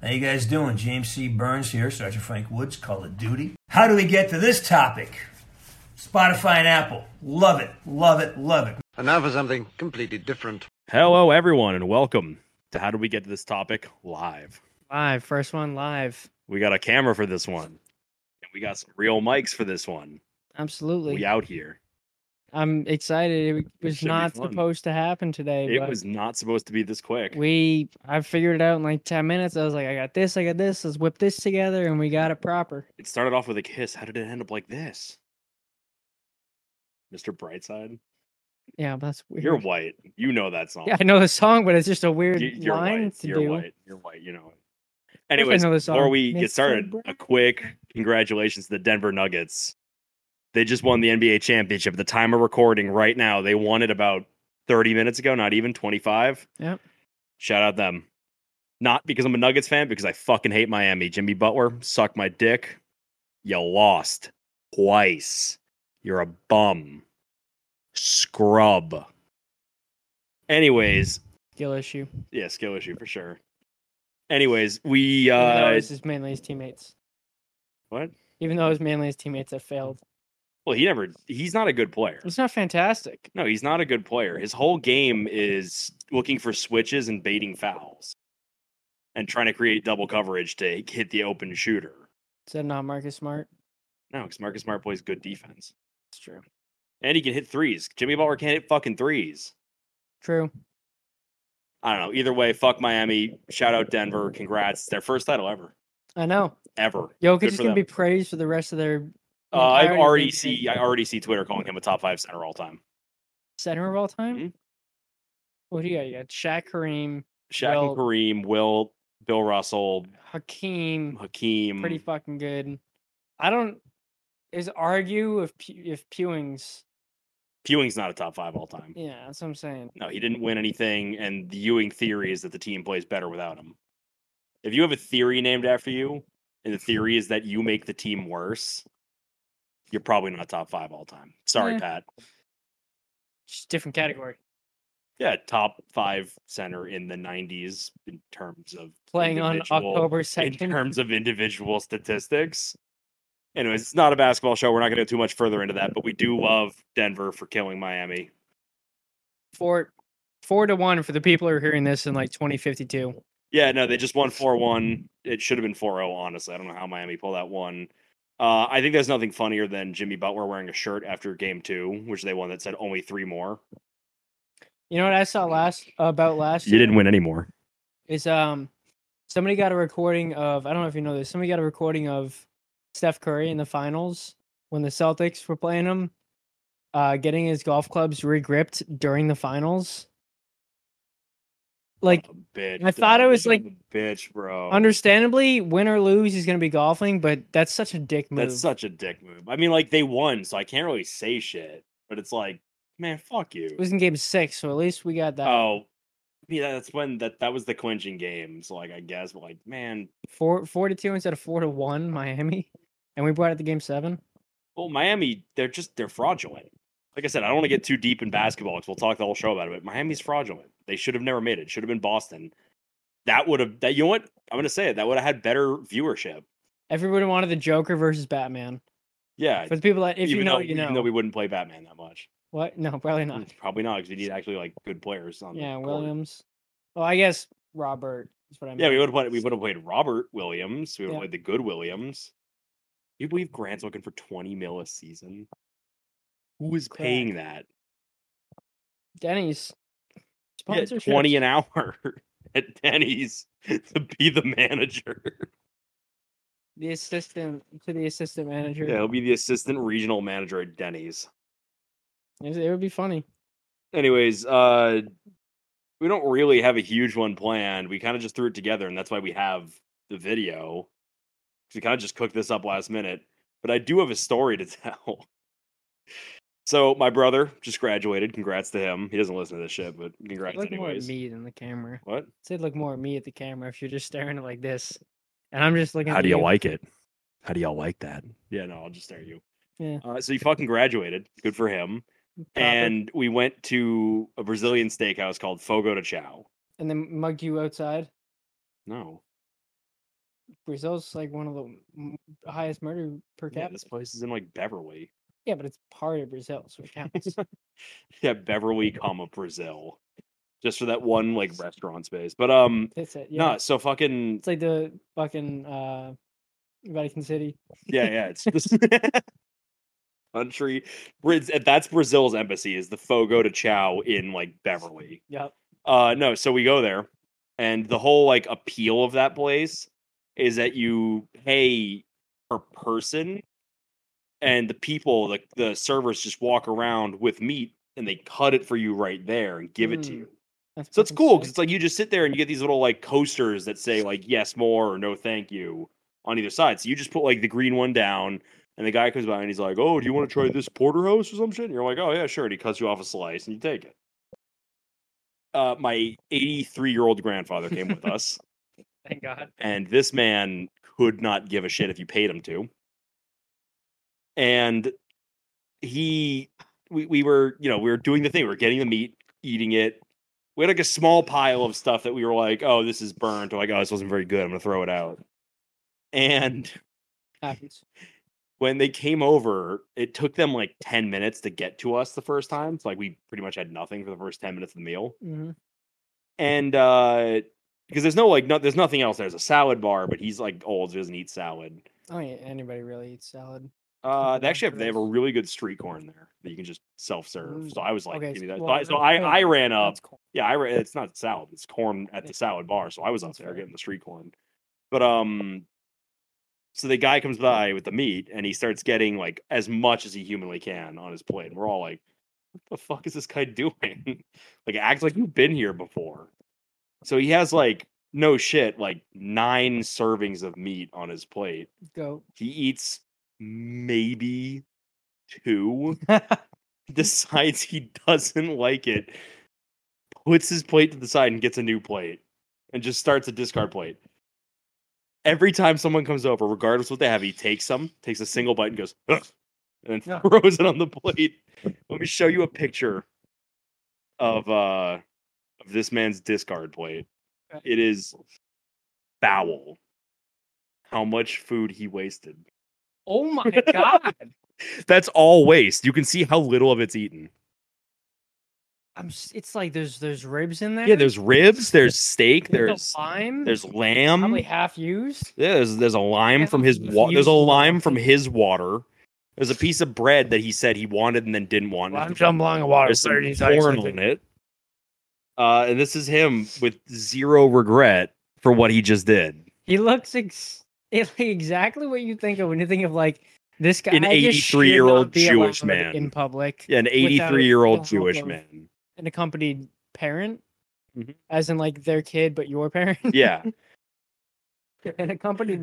How you guys doing? James C. Burns here, Sergeant Frank Woods, Call of Duty. How do we get to this topic? Spotify and Apple. Love it, love it, love it. And now for something completely different. Hello, everyone, and welcome to How Did We Get to This Topic Live. Live, first one live. We got a camera for this one, and we got some real mics for this one. Absolutely. We out here. I'm excited. It It should was be not fun. supposed to happen today. It but was not supposed to be this quick. We, I figured it out in like 10 minutes. I was like, I got this, I got this. Let's whip this together. And we got it proper. It started off with a kiss. How did it end up like this? Mr. Brightside? Yeah, that's weird. You're white. You know that song. yeah, I know the song, but it's just a weird You- You're line white. to You're do. white. You're white. You know. it. Anyways, know the before song. we Mr. get started, a Brown. quick congratulations to the Denver Nuggets. They just won the NBA championship. At the time of recording right now, they won it about 30 minutes ago, not even 25. Yep. Shout out them. Not because I'm a Nuggets fan, because I fucking hate Miami. Jimmy Butler, suck my dick. You lost twice. You're a bum. Scrub. Anyways, Skill issue. yeah, skill issue for sure. Anyways, we Even though uh this is mainly his teammates. what? Even though it was mainly his teammates that failed. Well, he never he's not a good player. It's not fantastic. No, he's not a good player. His whole game is looking for switches and baiting fouls and trying to create double coverage to hit the open shooter. Is that not Marcus Smart? No, because Marcus Smart plays good defense. It's true. And he can hit threes. Jimmy Butler can't hit fucking threes. True. I don't know. Either way, fuck Miami. Shout out Denver. Congrats. It's Their first title ever. I know. Ever. Jokic Good is for going to them. be praised for the rest of their Uh, I entirety of already the NBA. see I already see Twitter calling him a top five center all time. center of all time. Mhm. What do you got? You got Shaq, Kareem, Shaq Well- and Kareem, Will, Bill Russell, Hakeem, Hakeem. pretty fucking good. I don't is argue if Pew- if Pewing's Ewing's not a top five all time. yeah. That's what I'm saying. No, he didn't win anything, and the Ewing theory is that the team plays better without him. If you have a theory named after you, and the theory is that you make the team worse, you're probably not top five all time. Sorry, Yeah. Pat. Just different category. Yeah, top five center in the '90s in terms of Playing on individual- October in second. terms of individual statistics. Anyways, it's not a basketball show. We're not going to go too much further into that, but we do love Denver for killing Miami. four four to one for the people who are hearing this in like 2052. Yeah, no, they just won 4 1. It should have been 4 0, honestly. I don't know how Miami pulled that one. Uh, I think there's nothing funnier than Jimmy Butler wearing a shirt after game two, which they won that said only three more. You know what I saw last about last Mm-hmm. You didn't win any more. is um somebody got a recording of I don't know if you know this. Somebody got a recording of Steph Curry in the finals when the Celtics were playing him, uh, getting his golf clubs regripped during the finals. Like, bitch. I thought it dog. was Son like- of a bitch, bro. understandably, win or lose, he's gonna be golfing, but that's such a dick move. That's such a dick move. I mean, like, they won, so I can't really say shit, but it's like, man, fuck you. it was in game six, so at least we got that Oh, yeah, that's when that that was the clinching game. So like, I guess, but like, man, four four to two instead of four to one, Miami. And we brought it to game seven. well, Miami, they're just they're fraudulent. Like I said, I don't want to get too deep in basketball because we'll talk the whole show about it. But Miami's fraudulent. They should have never made it. Should have been Boston. That would have that. You know what? I'm gonna say it. That would have had better viewership. Everybody wanted the Joker versus Batman. Yeah. For the people that if even you know, though, you know. even though we wouldn't play Batman that much, what? No, probably not. Mm, probably not because we need actually like good players. On the Yeah, court. Williams. Well, I guess Robert is what I meant. Yeah, we would have played. We would have played Robert Williams. We would Yeah. have played the good Williams. You believe Grant's looking for 20 mil a season? Who is paying that? Denny's Yeah, sponsorship. 20 an hour at Denny's to be the manager. the assistant to the assistant manager. Yeah, he'll be the assistant regional manager at Denny's. It, it would be funny. Anyways, uh we don't really have a huge one planned. We kind of just threw it together and that's why we have the video. 'Cause We kind of just cooked this up last minute, but I do have a story to tell. So my brother just graduated. Congrats to him. He doesn't listen to this shit, but congrats look more at anyways. me than the camera. What? Say look more at me at the camera if you're just staring at like this, and I'm just looking. at like it? How do y'all like that? Yeah, no, I'll just stare at you. Yeah. Uh, so he fucking graduated. Good for him. proper, And we went to a Brazilian steakhouse called Fogo de Chao. and then mug you outside. No. Brazil's like one of the m- highest murder per Yeah, capita. this place is in like Beverly. Yeah, but it's part of Brazil, so it counts. Yeah, Beverly, comma Brazil, just for that one like restaurant space. But um, That's it. no, Yeah. so fucking It's like the fucking uh, Vatican City. yeah, yeah. It's this country. Briz- That's Brazil's embassy is the Fogo de Chao in like Beverly. Yep. Uh no, so we go there and the whole like appeal of that place is that you pay per person and the people the the servers just walk around with meat and they cut it for you right there and give it to Mm, you. That's So it's fucking cool cuz sick. it's like you just sit there and you get these little like coasters that say like yes more or no thank you on either side. So you just put like the green one down and the guy comes by and he's like, "Oh, do you want to try this porterhouse or some shit?" And you're like, "Oh yeah, sure." And he cuts you off a slice and you take it. Uh, my 83 year old grandfather came with us, thank God. and this man could not give a shit if you paid him to. And he, we, we were, you know, we were doing the thing. We were getting the meat, eating it. We had like a small pile of stuff that we were like, "Oh, this is burnt." Or like, "Oh, this wasn't very good. I'm gonna throw it out." And Happens. when they came over, it took them like 10 minutes to get to us the first time. So like we pretty much had nothing for the first 10 minutes of the meal. hmm And uh because there's no like no there's nothing else. There's a salad bar, but he's like old, so he doesn't eat salad. I don't think anybody really eats salad. Uh they Yeah, actually have they have a gross. really good street corn there that you can just self-serve. Mm, So I was like, okay, give me that. well, so I, so that's I, fair. I ran up. That's cool. Yeah, I ran it's not salad, it's corn at the Yeah. salad bar. So I was up That's there fair. getting the street corn. But um so the guy comes by with the meat and he starts getting like as much as he humanly can on his plate. And we're all like, what the fuck is this guy doing? like act like you've been here before. So he has like no shit, like nine servings of meat on his plate. Go. He eats maybe two, decides he doesn't like it, puts his plate to the side and gets a new plate and just starts a discard plate. Every time someone comes over, regardless what they have, he takes them, takes a single bite and goes, "Ugh," and then Yeah. throws it on the plate. Let me show you a picture of uh of this man's discard plate. Okay. It is foul. How much food he wasted. Oh my God. That's all waste. You can see how little of it's eaten. I'm. s- It's like there's there's ribs in there. Yeah, there's ribs, there's steak, there's a lime. there's probably lamb. half used. Yeah, there's there's a lime from his Half water. There's a used lime from his water. There's a piece of bread that he said he wanted and then didn't want. Lime jam, lime water, There's some bread inside corn something. on it. Uh, and this is him with zero regret for what he just did. He looks ex- it- exactly what you think of when you think of like this guy. An just should 83-year-old not be allowed Jewish man. in public, An 83 year old Jewish man. an accompanied parent, Mhm. as in like their kid, but your parent, Yeah. an accompanied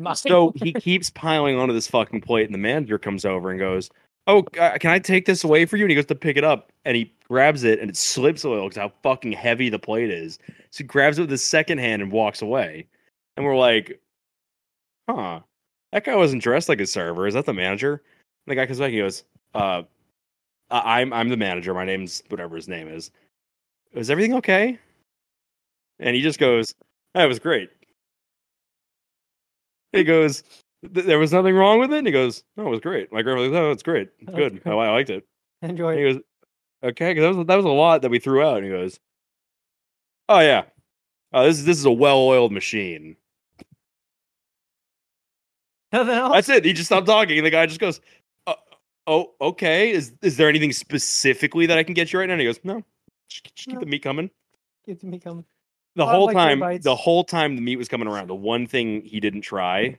mom. So he keeps piling onto this fucking plate, and the manager comes over and goes, "Oh, uh, can I take this away for you?" And he goes to pick it up, and he grabs it, and it slips a little because how fucking heavy the plate is. So he grabs it with his second hand and walks away, and we're like, "Huh, that guy wasn't dressed like a server. Is that the manager?" And the guy comes back, and he goes, "Uh, I- I'm I'm the manager. My name's whatever his name is. Is everything okay?" And he just goes, "That was great." He goes, "Th- there was nothing wrong with it. And he goes, no, it was great. My grandfather goes, oh, it's great. It's That's good. I, great. I liked it. And he enjoy. goes, okay, because that was, that was a lot that we threw out. And he goes, oh, yeah. Oh, this, is, this is a well oiled machine. Nothing else. That's it. He just stopped talking. And the guy just goes, "Uh, oh, okay. Is, is there anything specifically that I can get you right now? And he goes, no. Just, just keep No. the meat coming. Get to me come. the Not whole like your time bites. the whole time the meat was coming around the one thing he didn't try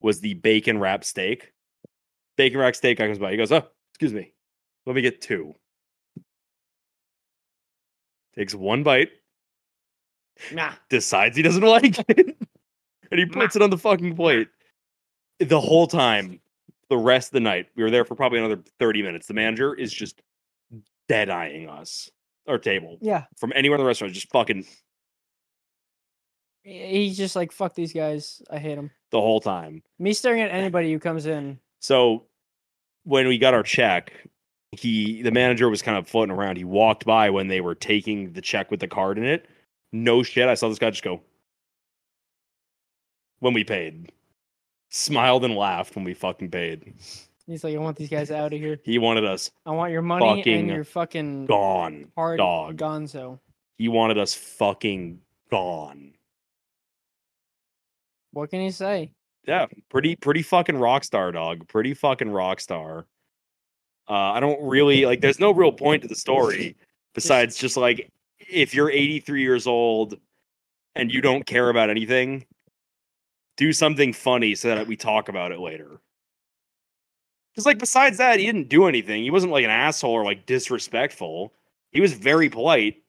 was the bacon wrap steak bacon wrap steak guy comes by he goes oh excuse me let me get two takes one bite Nah. decides he doesn't like it and he puts it on the fucking plate the whole time the rest of the night we were there for probably another 30 minutes the manager is just dead-eyeing us our table Yeah. from anywhere in the restaurant just fucking He- He's just like fuck these guys. I hate them. the whole time Me staring at anybody who comes in. So when we got our check, he the manager was kind of floating around. He walked by when they were taking the check with the card in it. No shit, I saw this guy just go when we paid. smiled and laughed when we fucking paid. He's like, I want these guys out of here. He wanted us I want your money Fucking and your fucking gone, hard dog. gonzo. He wanted us fucking gone. What can you say? Yeah, pretty pretty fucking rock star, dog. Pretty fucking rock star. Uh, I don't really like. There's no real point to the story besides just like if you're 83 years old and you don't care about anything, do something funny so that we talk about it later. Because like besides that, he didn't do anything. He wasn't like an asshole or like disrespectful. He was very polite,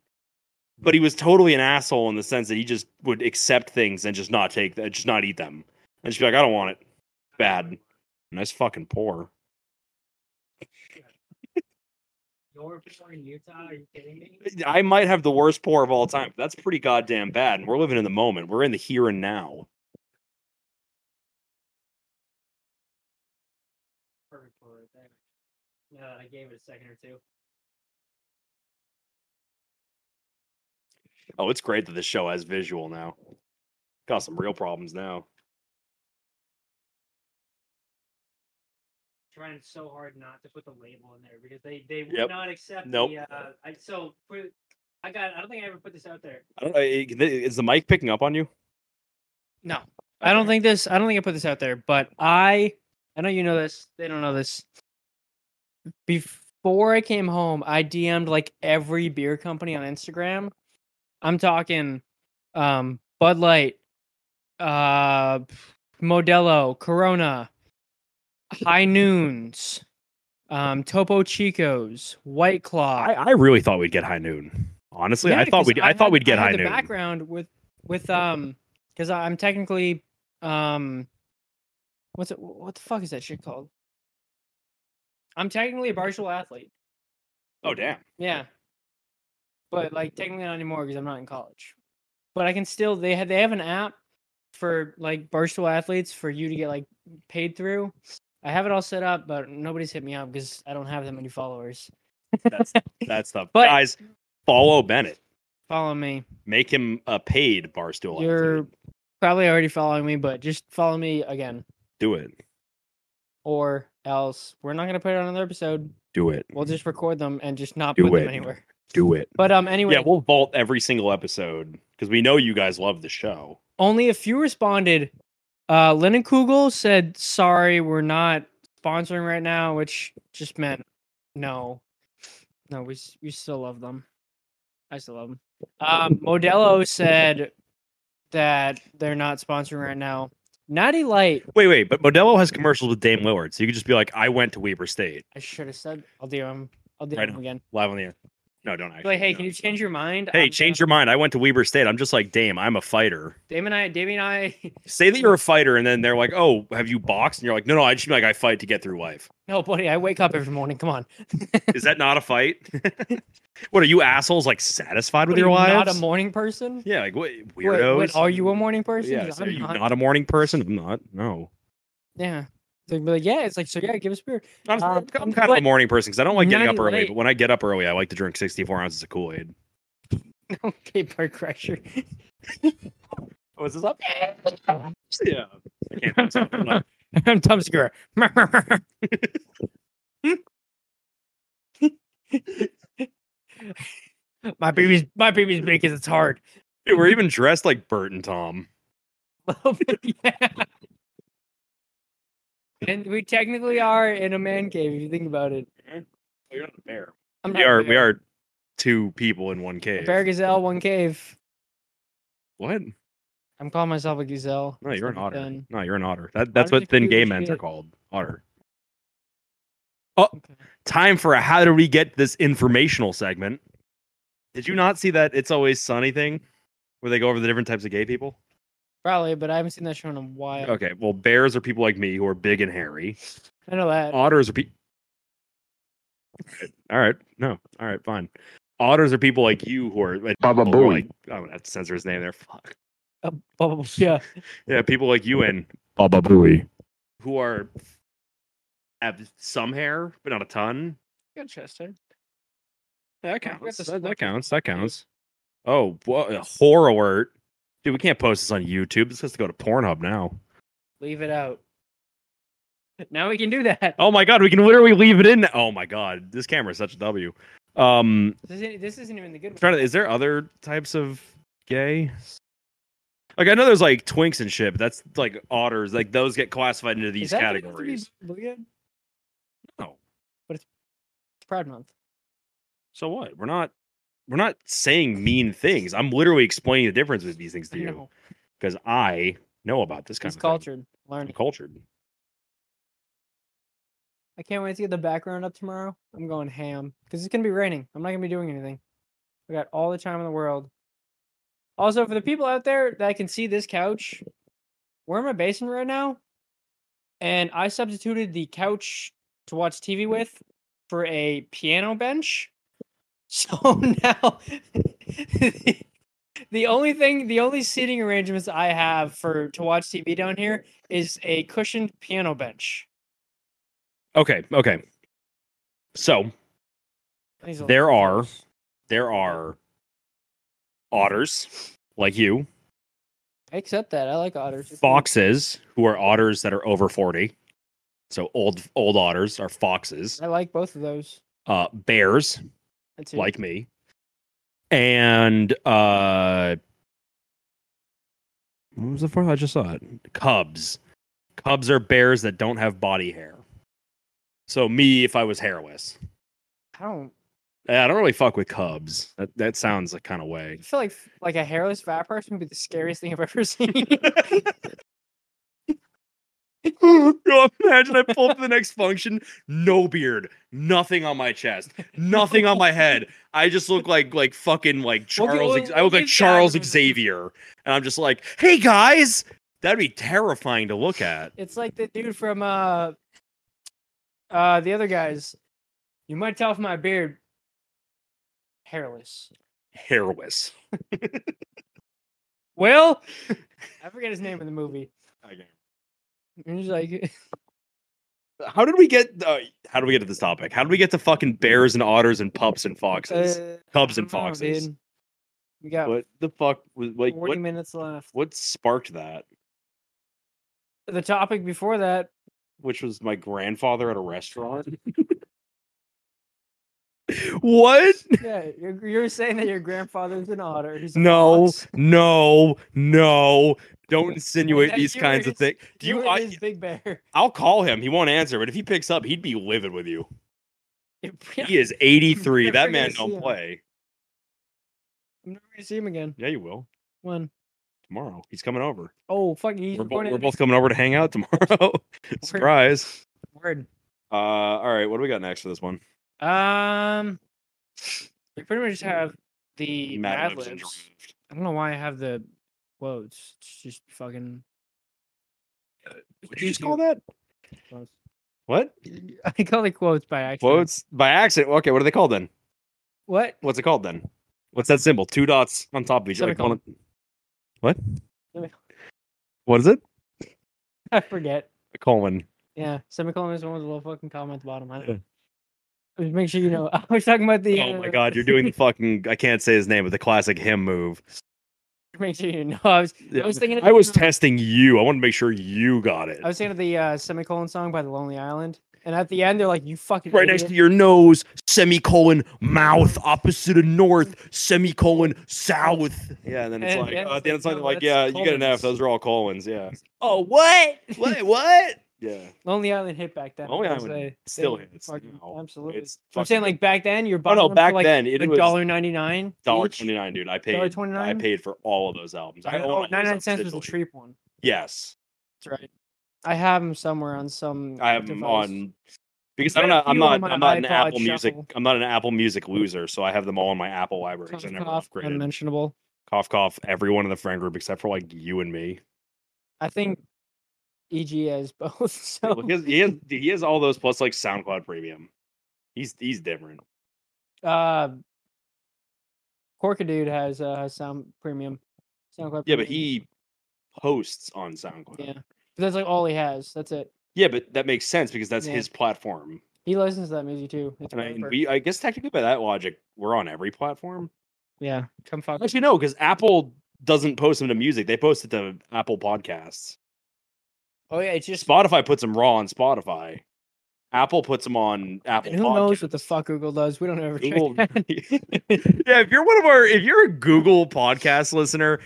but he was totally an asshole in the sense that he just would accept things and just not take that, just not eat them. And she'd be like, I don't want it. Bad. Nice fucking poor. You're in Utah? Are you kidding me? I might have the worst pour of all time. That's pretty goddamn bad. And we're living in the moment. We're in the here and now. Perfect for it there. No, uh, I gave it a second or two. Oh, it's great that this show has visual now. Got some real problems now. Trying so hard not to put the label in there because they they would Yep. not accept Nope. the. Uh, I, so for, I got. I don't think I ever put this out there. I don't, eh, is the mic picking up on you? No, I don't Okay. think this. I don't think I put this out there, but I. I know you know this. They don't know this. Before I came home, I DM'd like every beer company on Instagram. I'm talking um, Bud Light, uh, Modelo, Corona, High Noons, um, Topo Chicos, White Claw. I, I really thought we'd get high noon. Honestly, I Yeah, thought 'cause we'd I, had- thought we'd get I had high the noon. background with with um because I'm technically um what's it what the fuck is that shit called? I'm technically a martial athlete. Oh damn. Yeah, but like technically not anymore because I'm not in college. But I can still they have they have an app for like martial athletes for you to get like paid through. I have it all set up, but nobody's hit me up because I don't have that many followers. That's that's tough. But- Guys, follow Bennett. Follow me. Make him a paid barstool. You're athlete. probably already following me, but just follow me again. do it. or else we're not gonna put it on another episode. Do it. We'll just record them and just not Do put it. them anywhere. Do it. But um, anyway, Yeah, we'll vault every single episode because we know you guys love the show. only a few responded. Uh, Lennon Kugel said, "Sorry, we're not sponsoring right now," which just meant no, no, we s- we still love them. I still love them. Um, Modelo said that they're not sponsoring right now. Natty Light, Wait, wait, but Modelo has commercials with Dame Lillard, so you could just be like, "I went to Weber State I should have said. I'll do him. I'll do Right him on. again. live on the air." No, don't Be actually. Like, hey, no. can you change your mind? Hey, I'm, change uh, your mind. I went to Weber State. I'm just like, "Damn, I'm a fighter." Dame and I. Dame and I. Say that you're a fighter, and then they're like, "Oh, have you boxed?" And you're like, "No, no, I just mean like I fight to get through life." No, buddy, I wake up every morning. Come on. Is that not a fight? what are you assholes like satisfied with What, are your you lives? Not a morning person? yeah, like what Wait, wait, weirdos? are you a morning person? Yeah, Because so are I'm you not. not a morning person? I'm not. No. Yeah. They'd be like, yeah, it's like, so yeah, give us beer. Honestly, Um, I'm, I'm kind of a but- morning person because I don't like getting Not up early. late. But when I get up early, I like to drink 64 ounces of Kool Aid. okay, Park Crusher. Oh, is this up? Yeah. I can't. do something like- I'm Tom Segura. my baby's my baby's big because it's hard. Dude, we're even dressed like Bert and Tom. Little bit, yeah. And we technically are in a man cave if you think about it. You're not a bear. I'm We not a are. We bear. are two people in one cave. Bear gazelle, one cave. What? I'm calling myself a gazelle. No, you're an Stop it otter. then. No, you're an otter. That, that's Otters what are thin cute gay as men's are shit. called. Otter. Oh, time for a how do we get this informational segment? Did you not see that it's always sunny thing, where they go over the different types of gay people? Probably, but I haven't seen that show in a while. Okay, well, bears are people like me who are big and hairy. I know that. Otters are people. All right, no, all right, fine. Otters are people like you who are like Baba people who are Booey. Like, I'm gonna have to censor his name there. Fuck. Uh, bubble- yeah. Yeah, people like you and Baba Booey. who are have some hair but not a ton. Good Chester. That got counts. this That, that fucking counts. That thing. counts. Oh, wha- a horror alert. Dude, we can't post this on YouTube. This has to go to Pornhub now. Leave it out. Now we can do that. Oh my god, we can literally leave it in. Oh my god, this camera is such a W. Um, This isn't, this isn't even the good I'm one. trying to. Is there other types of gay? Like I know there's like twinks and shit, but that's like otters. Like those get classified into Is these that supposed to be categories. blue yet? No. But it's, it's Pride Month. So what? We're not. We're not saying mean things. I'm literally explaining the difference with these things to You you know, because I know about this kind he's of Thing. cultured. I'm Learning. cultured. I can't wait to get the background up tomorrow. I'm going ham because it's gonna be raining. I'm not gonna be doing anything. I got all the time in the world. Also, for the people out there that can see this couch, we're in my basement right now, and I substituted the couch to watch TV with for a piano bench. So now, the, the only thing, the only seating arrangements I have for to watch TV down here is a cushioned piano bench. Okay. Okay. So These little There are- things. there are otters like you, I accept that. I like otters. It's cool. foxes who are otters that are over 40. So old old otters are foxes, I like both of those. uh bears That's it. like me. And uh what was the fourth? I just saw it. Cubs. Cubs are bears that don't have body hair. So me if I was hairless. I don't I don't really fuck with cubs. That that sounds like kind of way. I feel like like a hairless fat person would be the scariest thing I've ever seen. Yo, imagine I pull up to the next function, no beard, nothing on my chest, nothing on my head. I just look like like fucking like We'll get- Charles. X- we'll- I look we'll like get Charles Gavin. Xavier, and I'm just like, hey guys, that'd be terrifying to look at. it's like the dude from uh uh the other guys. You might tell from my beard. Hairless. Hairless. Will I forget his name in the movie. Okay. And he's like How did we get? Uh, how did we get to this topic? How did we get to fucking bears and otters and pups and foxes, uh, cubs and I don't know, foxes? dude. We got What the fuck was like? 40 What minutes left. what sparked that? The topic before that which was my grandfather at a restaurant. what? Yeah, you're, you're saying that your grandfather's an otter. He's a No, fox. no, no. Don't insinuate that these you kinds were of things. Do You you? were I, his big bear. I'll call him. He won't answer, but if he picks up, he'd be livid with you. I'm He is 83. Never that gonna man see don't him. play. never gonna see him again. Yeah, you will When? tomorrow. He's coming over. Oh, fuck! He's We're, bo- born in we're both coming over to hang out tomorrow. Surprise. Word. Uh, all right. What do we got next for this one? Um, we pretty much have the Mad, Libs and Libs. Derived. I don't know why I have the quotes. It's just fucking. Uh, What did you just call that? Quotes. What? I call it quotes by accident. Quotes by accident. Okay, what are they called then? What? what's it called then? What's that symbol? Two dots on top of each other. Semicolon. What? Semicolon. What is it? I forget. A colon. Yeah, semicolon is one with a little fucking comma at the bottom. I don't Yeah. know. Just make sure you know. I was talking about the. Oh my uh, god, you're doing the fucking I can't say his name, but the classic him move. make sure you know. I was. I was thinking. Of I was the, testing you. I want to make sure you got it. I was thinking of the uh, semicolon song by the Lonely Island, and at the end they're like, "You fucking Right next to your nose, semicolon, mouth, opposite of north, semicolon, south. Yeah, and then it's And like, yeah, uh, at the end of it's like, something no, like, that's yeah, you get an F. colons. Those are all colons. Yeah. Oh what? Wait, what? Yeah. Lonely Island hit back then. Lonely I was Island like, still they hits fucking- now. Absolutely. It's I'm saying fucking- like back then, you're Oh buying no, them back for, like, then it a was dollar ninety nine. dollar twenty nine, dude. I Dollar paid. twenty I nine. paid for all of those albums. I, own all Oh, those 99 albums cents was the digitally. cheap one. Yes, That's right. I have them somewhere on some. I have them device. on because I I don't know. got a I'm few on not. my I'm not an iPod Apple Music. Shuffle. I'm not an Apple Music loser, so I have them all in my Apple libraries. I Cough, never cough, upgraded. unmentionable. Cough cough. Everyone in the friend group except for like you and me. I think E EG has both. So Well, he, has, he has he has all those plus like SoundCloud Premium. He's he's different. uh Corkadude has uh has sound premium. SoundCloud Yeah, but Premium. he posts on SoundCloud. Yeah. But that's like all he has. That's it. Yeah, but that makes sense because that's Yeah. his platform. He listens to that music too. It's And I, and proper. we, I guess technically by that logic, we're on every platform. yeah. Come fuck. Actually, no, because Apple doesn't post them to music. They post it to Apple Podcasts. Oh yeah, it's just Spotify puts them raw on Spotify. Apple puts them on Apple. and who knows what Podcasts. the fuck Google does? We don't ever check Google. that. yeah, if you're one of our, if you're a Google podcast listener,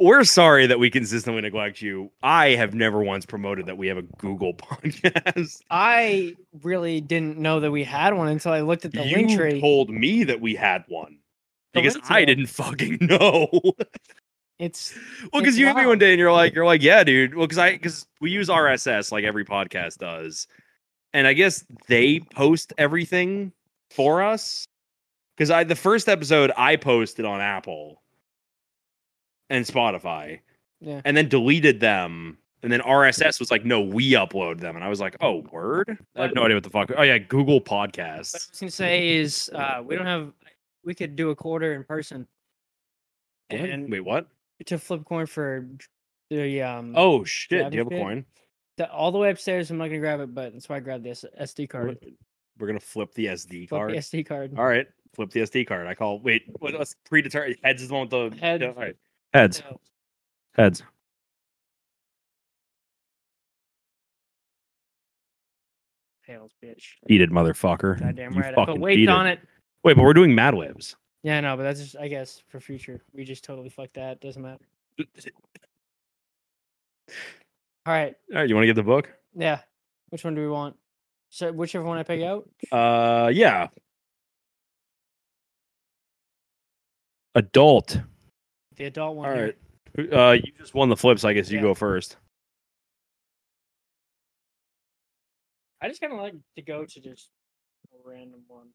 we're sorry that we consistently neglect you. I have never once promoted that we have a Google podcast. I really didn't know that we had one until I looked at the you link tree. told me that we had one The because link I tree. didn't fucking know. well, It's because It's you hit me wild. one day and you're like, you're like, yeah, dude. Well, because I because we use RSS like every podcast does, and I guess they post everything for us. Because I the first episode I posted on Apple and Spotify, Yeah. and then deleted them. And then RSS was like, no, we upload them. And I was like, oh, word? I have no idea what the fuck. Oh, yeah, Google what Podcasts. I was gonna say is uh, we don't have we could do a quarter in person What? And- Wait, what? to flip coin for the um Oh shit! have Do you a have a shit? coin? the, all the way upstairs. I'm not gonna grab it, but that's why I grabbed this SD card. We're- We're gonna flip the SD Flip card. the SD card. All right, flip the SD card. I call. Wait, what, let's predetermine. Heads is the one with the Heads. yeah, all right. Heads. So, Heads. tails, bitch. Eat it, motherfucker. Goddamn You right. I put fucking weights eat on it. Wait, but we're doing Mad Libs. Yeah, no, but that's just I guess for future. We just totally fucked that. Doesn't matter. All right. All right, you want to get the book? Yeah. Which one do we want? So whichever one I pick out. Uh, yeah. Adult. The adult one. All here. right. Uh, you just won the flip, so I guess you Yeah. go first. I just kind of like to go to just a random one.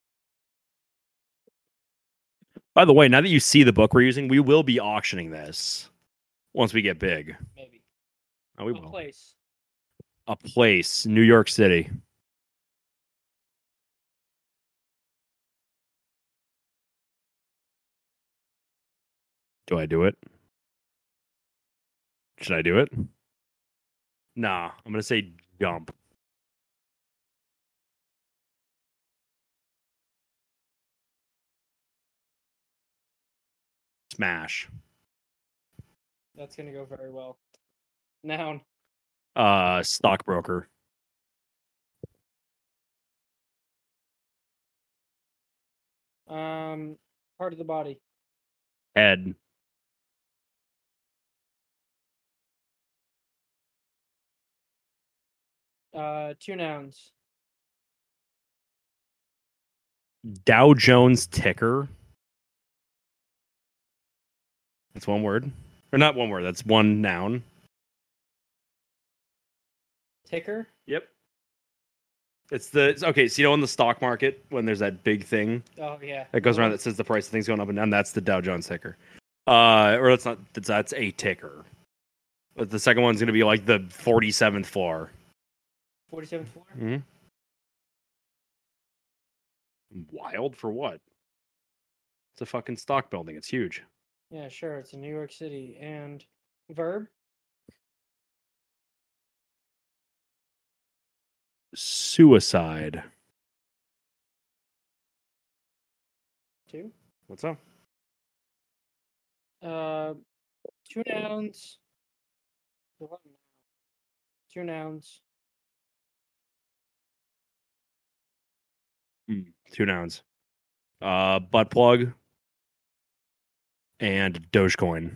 By the way, now that you see the book we're using, we will be auctioning this once we get big. Maybe. Oh, we A will. place. a place, New York City. Do I do it? Should I do it? Nah, I'm gonna say jump. Smash. That's gonna go very well. Noun. Uh stockbroker. Um, part of the body. Head. Uh, two nouns. Dow Jones ticker. That's one word. Or not one word, that's one noun. Ticker. Yep. It's the it's- okay, so you know in the stock market when there's that big thing Oh yeah. that goes around Um, that says the price of things going up and down, that's the Dow Jones ticker. Uh or that's not that's, that's a ticker. But the second one's gonna be like the forty seventh floor. Forty-seven floor. Wild for what? It's a fucking stock building, it's huge. Yeah, sure. It's in New York City. And verb. Suicide. Two. What's up? Uh, two nouns. The one noun. Two nouns. two nouns uh butt plug and dogecoin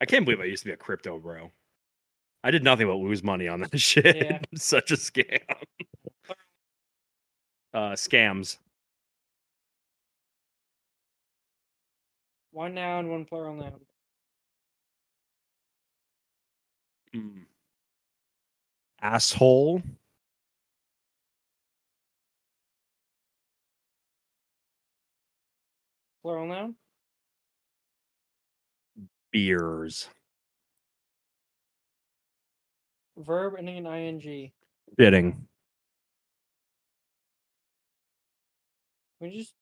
i can't believe i used to be a crypto bro i did nothing but lose money on that shit Yeah. such a scam uh scams One noun. One plural noun. Mm. asshole Plural noun. beers Verb ending in ing. bidding Can we just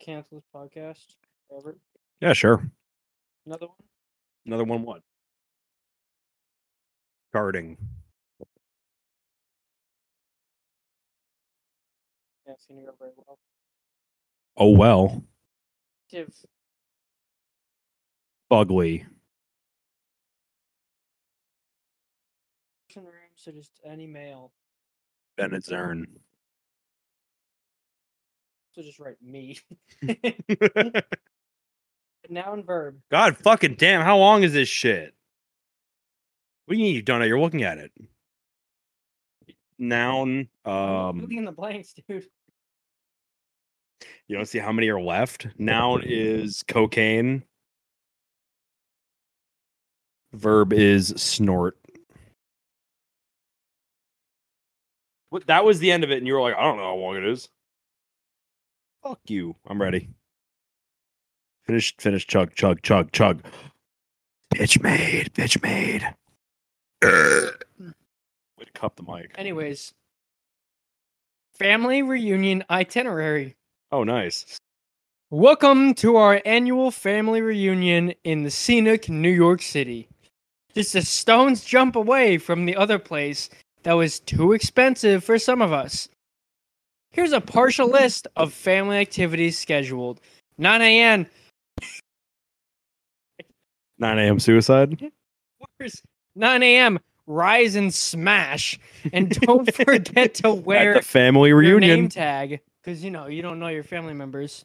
cancel this podcast forever? yeah sure Another one? another one what guarding Yeah, it's gonna go very well. oh well Give Bugly. So just any male. Bennett Zern. So just write me. Noun verb. God fucking damn, how long is this shit? What do you mean you don't know? You're looking at it. Noun. I'm Um looking in the blanks, dude. you don't see how many are left. Noun is cocaine. Verb is snort. What that was the end of it, and you were like, I don't know how long it is. Fuck you. I'm ready. Finish, finish, chug, chug, chug, chug. Bitch made, bitch made. Way to cup the mic. Anyways. Family reunion itinerary. Oh, nice. Welcome to our annual family reunion in the scenic New York City. Just a stone's jump away from the other place that was too expensive for some of us. Here's a partial list of family activities scheduled 9 a.m. 9 a.m. suicide. Where's 9 a.m. Rise and smash, and don't forget to wear At the family your name reunion. tag because you know you don't know your family members.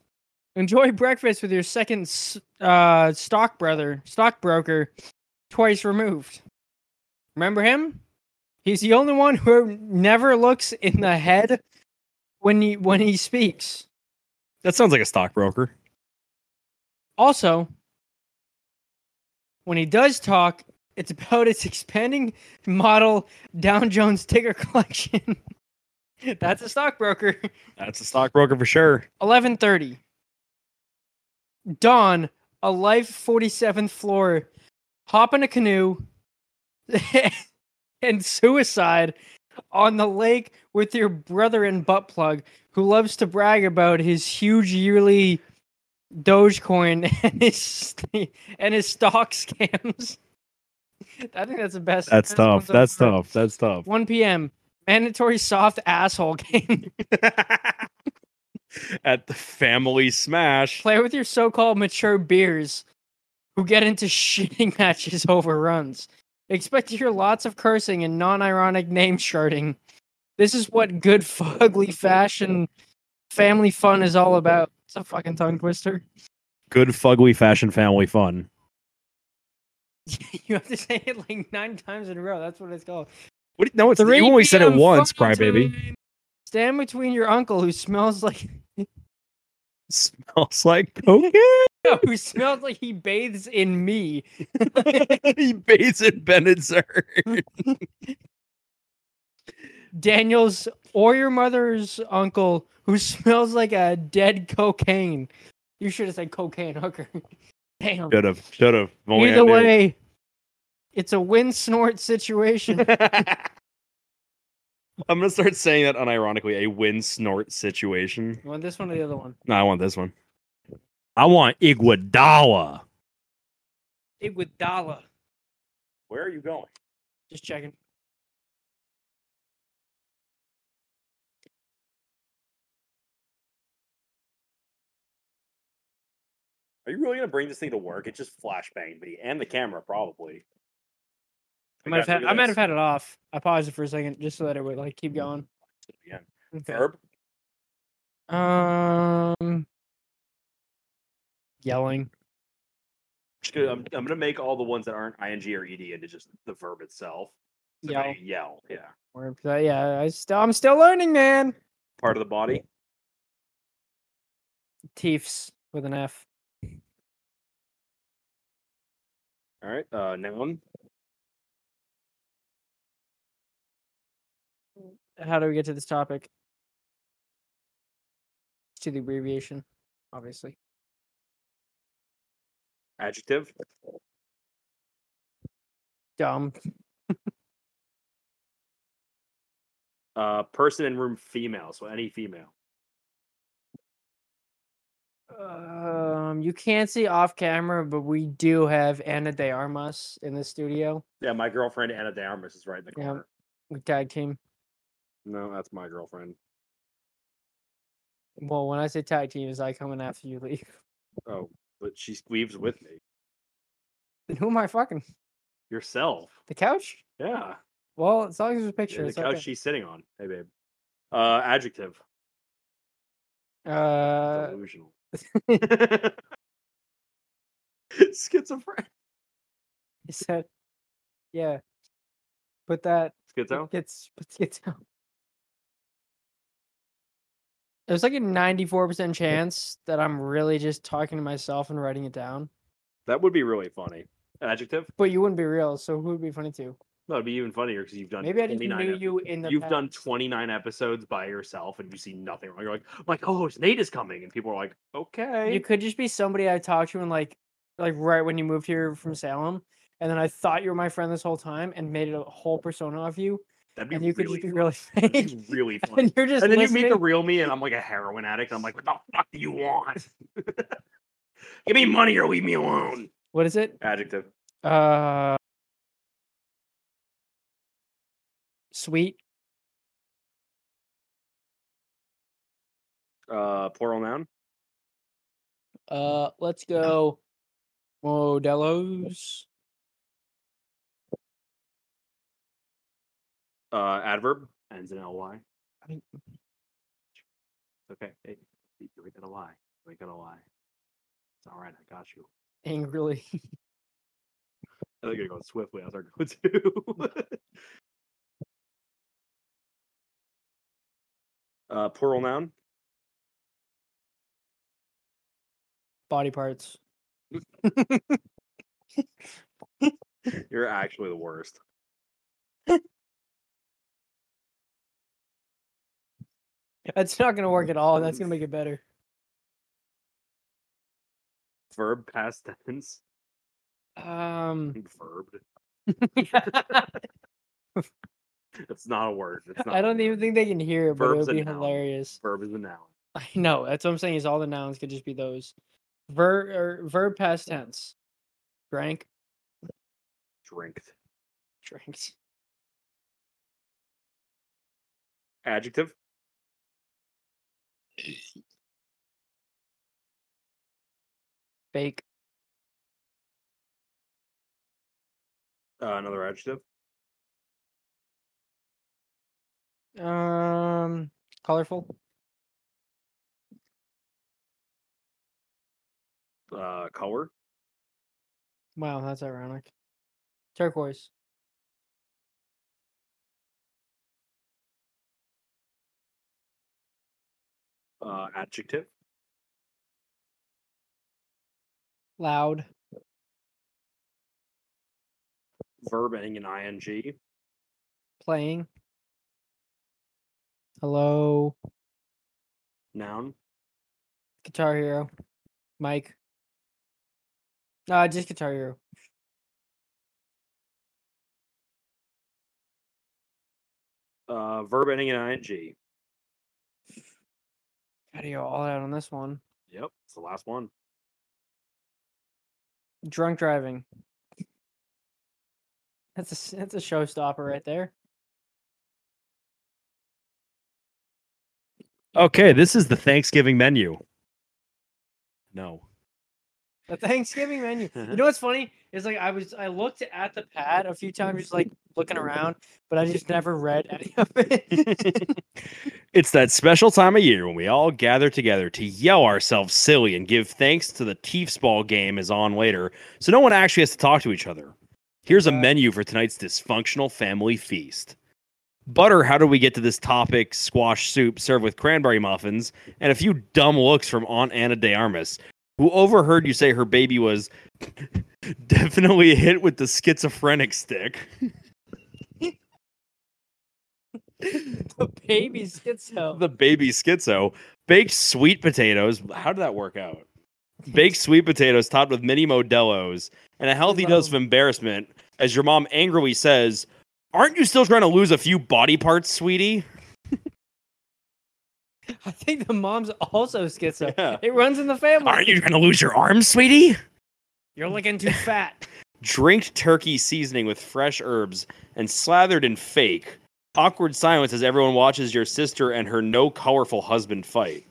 Enjoy breakfast with your second s- uh, stock brother, stockbroker, twice removed. Remember him? He's the only one who never looks in the head when he when he speaks. That sounds like a stockbroker. Also, when he does talk, it's about its expanding model Dow Jones ticker collection. That's a stockbroker. That's a stockbroker for sure. 11:30. Dawn, a life 47th floor, hop in a canoe and suicide on the lake with your brother in butt plug who loves to brag about his huge yearly Dogecoin and his and his stock scams. I think that's the best. That's best tough. ones I've That's heard. tough. That's tough. 1 p.m. Mandatory soft asshole game. At the family smash. play with your so-called mature beers who get into shitting matches over runs. Expect to hear lots of cursing and non-ironic name sharding. This is what good fugly fashion family fun is all about. It's a fucking tongue twister. Good fugly fashion family fun. you have to say it like nine times in a row. That's what it's called. What, no, it's you only said it 3 PM once, fun crybaby. time. Stand between your uncle who smells like Smells like cocaine. who smells like he bathes in me. he bathes in Benazir. Daniel's or your mother's uncle who smells like a dead cocaine. You should have said cocaine hooker. Damn. Should have. Should have. If only I Either knew. way, it's a wind snort situation. I'm gonna start saying that unironically. A win snort situation. you want this one or the other one? No, I want this one. I want Iguodala. Iguodala. Where are you going? Just checking. Are you really gonna bring this thing to work? It just flashbanged me and the camera probably. I might, have had, I might have had it off. I paused it for a second just so that it would like keep going. Again. Okay. Verb. Um, yelling. Just gonna- I'm, I'm gonna make all the ones that aren't ing or ed into just the verb itself. So Yell. they Yell. Yeah. Or- uh, Yeah, I still, I'm still learning, man. Part of the body. Teefs with an F. All right. Uh, noun. how do we get to this topic? To the abbreviation, obviously. Adjective. Dumb. Uh, person in room. Female. So any female. Um, you can't see off camera, but we do have Anna De Armas in the studio. Yeah, my girlfriend Anna De Armas is right in the Yeah. corner. We tag team. No, that's my girlfriend. Well, when I say tag team, is I coming after you leave? Oh, but she leaves with me. Then who am I fucking? Yourself. The couch? Yeah. Well, as long as there's a picture. the it's couch okay. she's sitting on. Hey, babe. Uh, adjective. uh, Delusional. Schizophrenic. he said, yeah. Put that. Schizo. Gets, put it down. There's like a 94% chance that I'm really just talking to myself and writing it down. That would be really funny. Adjective. But you wouldn't be real, so who would be funny to? No, it'd be even funnier because you've done. Maybe I just 29 knew ep- you in the You've done past. 29 episodes by yourself and you see nothing wrong. You're like, my co-host Nate is coming, and people are like, okay. You could just be somebody I talked to and like, like right when you moved here Mm-hmm. from Salem, and then I thought you were my friend this whole time and made a whole persona of you, That'd be and you could really, just be really that'd be fake. really funny. and you're just and then you meet the listening. real me, and I'm like a heroin addict. And I'm like, what the fuck do you want? Give me money or leave me alone. what is it? Adjective. Uh, sweet. Uh, plural noun. Uh, let's go. Modelos. Uh, adverb ends in ly. mean- mm-hmm. Okay, hey, you ain't gonna lie. You ain't gonna lie. It's all right. I got you. Angrily. I think you're going swiftly. That's our go-to. uh, plural noun. Body parts. You're actually the worst. That's not gonna work at all. That's gonna make it better. Verb past tense. Um. Verbed. Mm. It's not a word. It's not. I a don't word. even think they can hear it, but it Verbs would be and noun. hilarious. Verb is a noun. I know. That's what I'm saying. Is all the nouns could just be those. Verb or verb past tense. Drank. Drinked. Drinks. Adjective. Fake. Uh, another adjective. Um. Colorful. Uh, color. Wow, that's ironic. Turquoise. Uh, adjective. Loud. Verb ending in ing. Playing. Hello. Noun. Guitar Hero. Mike. Uh, just Guitar Hero. Uh, verb ending in ing. Gotta go all out on this one. Yep, it's the last one. Drunk driving. That's a s- that's a showstopper right there. Okay, this is the Thanksgiving menu. No. The Thanksgiving menu. Uh-huh. You know what's funny? It's like I was I looked at the pad a few times, just like looking around, but I just never read any of it. it's that special time of year when we all gather together to yell ourselves silly and give thanks to the Chiefs ball game is on later, so no one actually has to talk to each other. Here's a Right. menu for tonight's dysfunctional family feast. Butter, how do we get to this topic? Squash soup served with cranberry muffins and a few dumb looks from Aunt Anna De Armas, who overheard you say her baby was definitely hit with the schizophrenic stick. the baby schizo. the baby schizo baked sweet potatoes how did that work out baked sweet potatoes topped with mini modelos and a healthy dose of embarrassment as your mom angrily says aren't you still trying to lose a few body parts sweetie I think the mom's also schizo. Yeah. It runs in the family. aren't you trying to lose your arms sweetie You're looking too fat. drinked turkey seasoning with fresh herbs and slathered in fake awkward silence as everyone watches your sister and her no colorful husband fight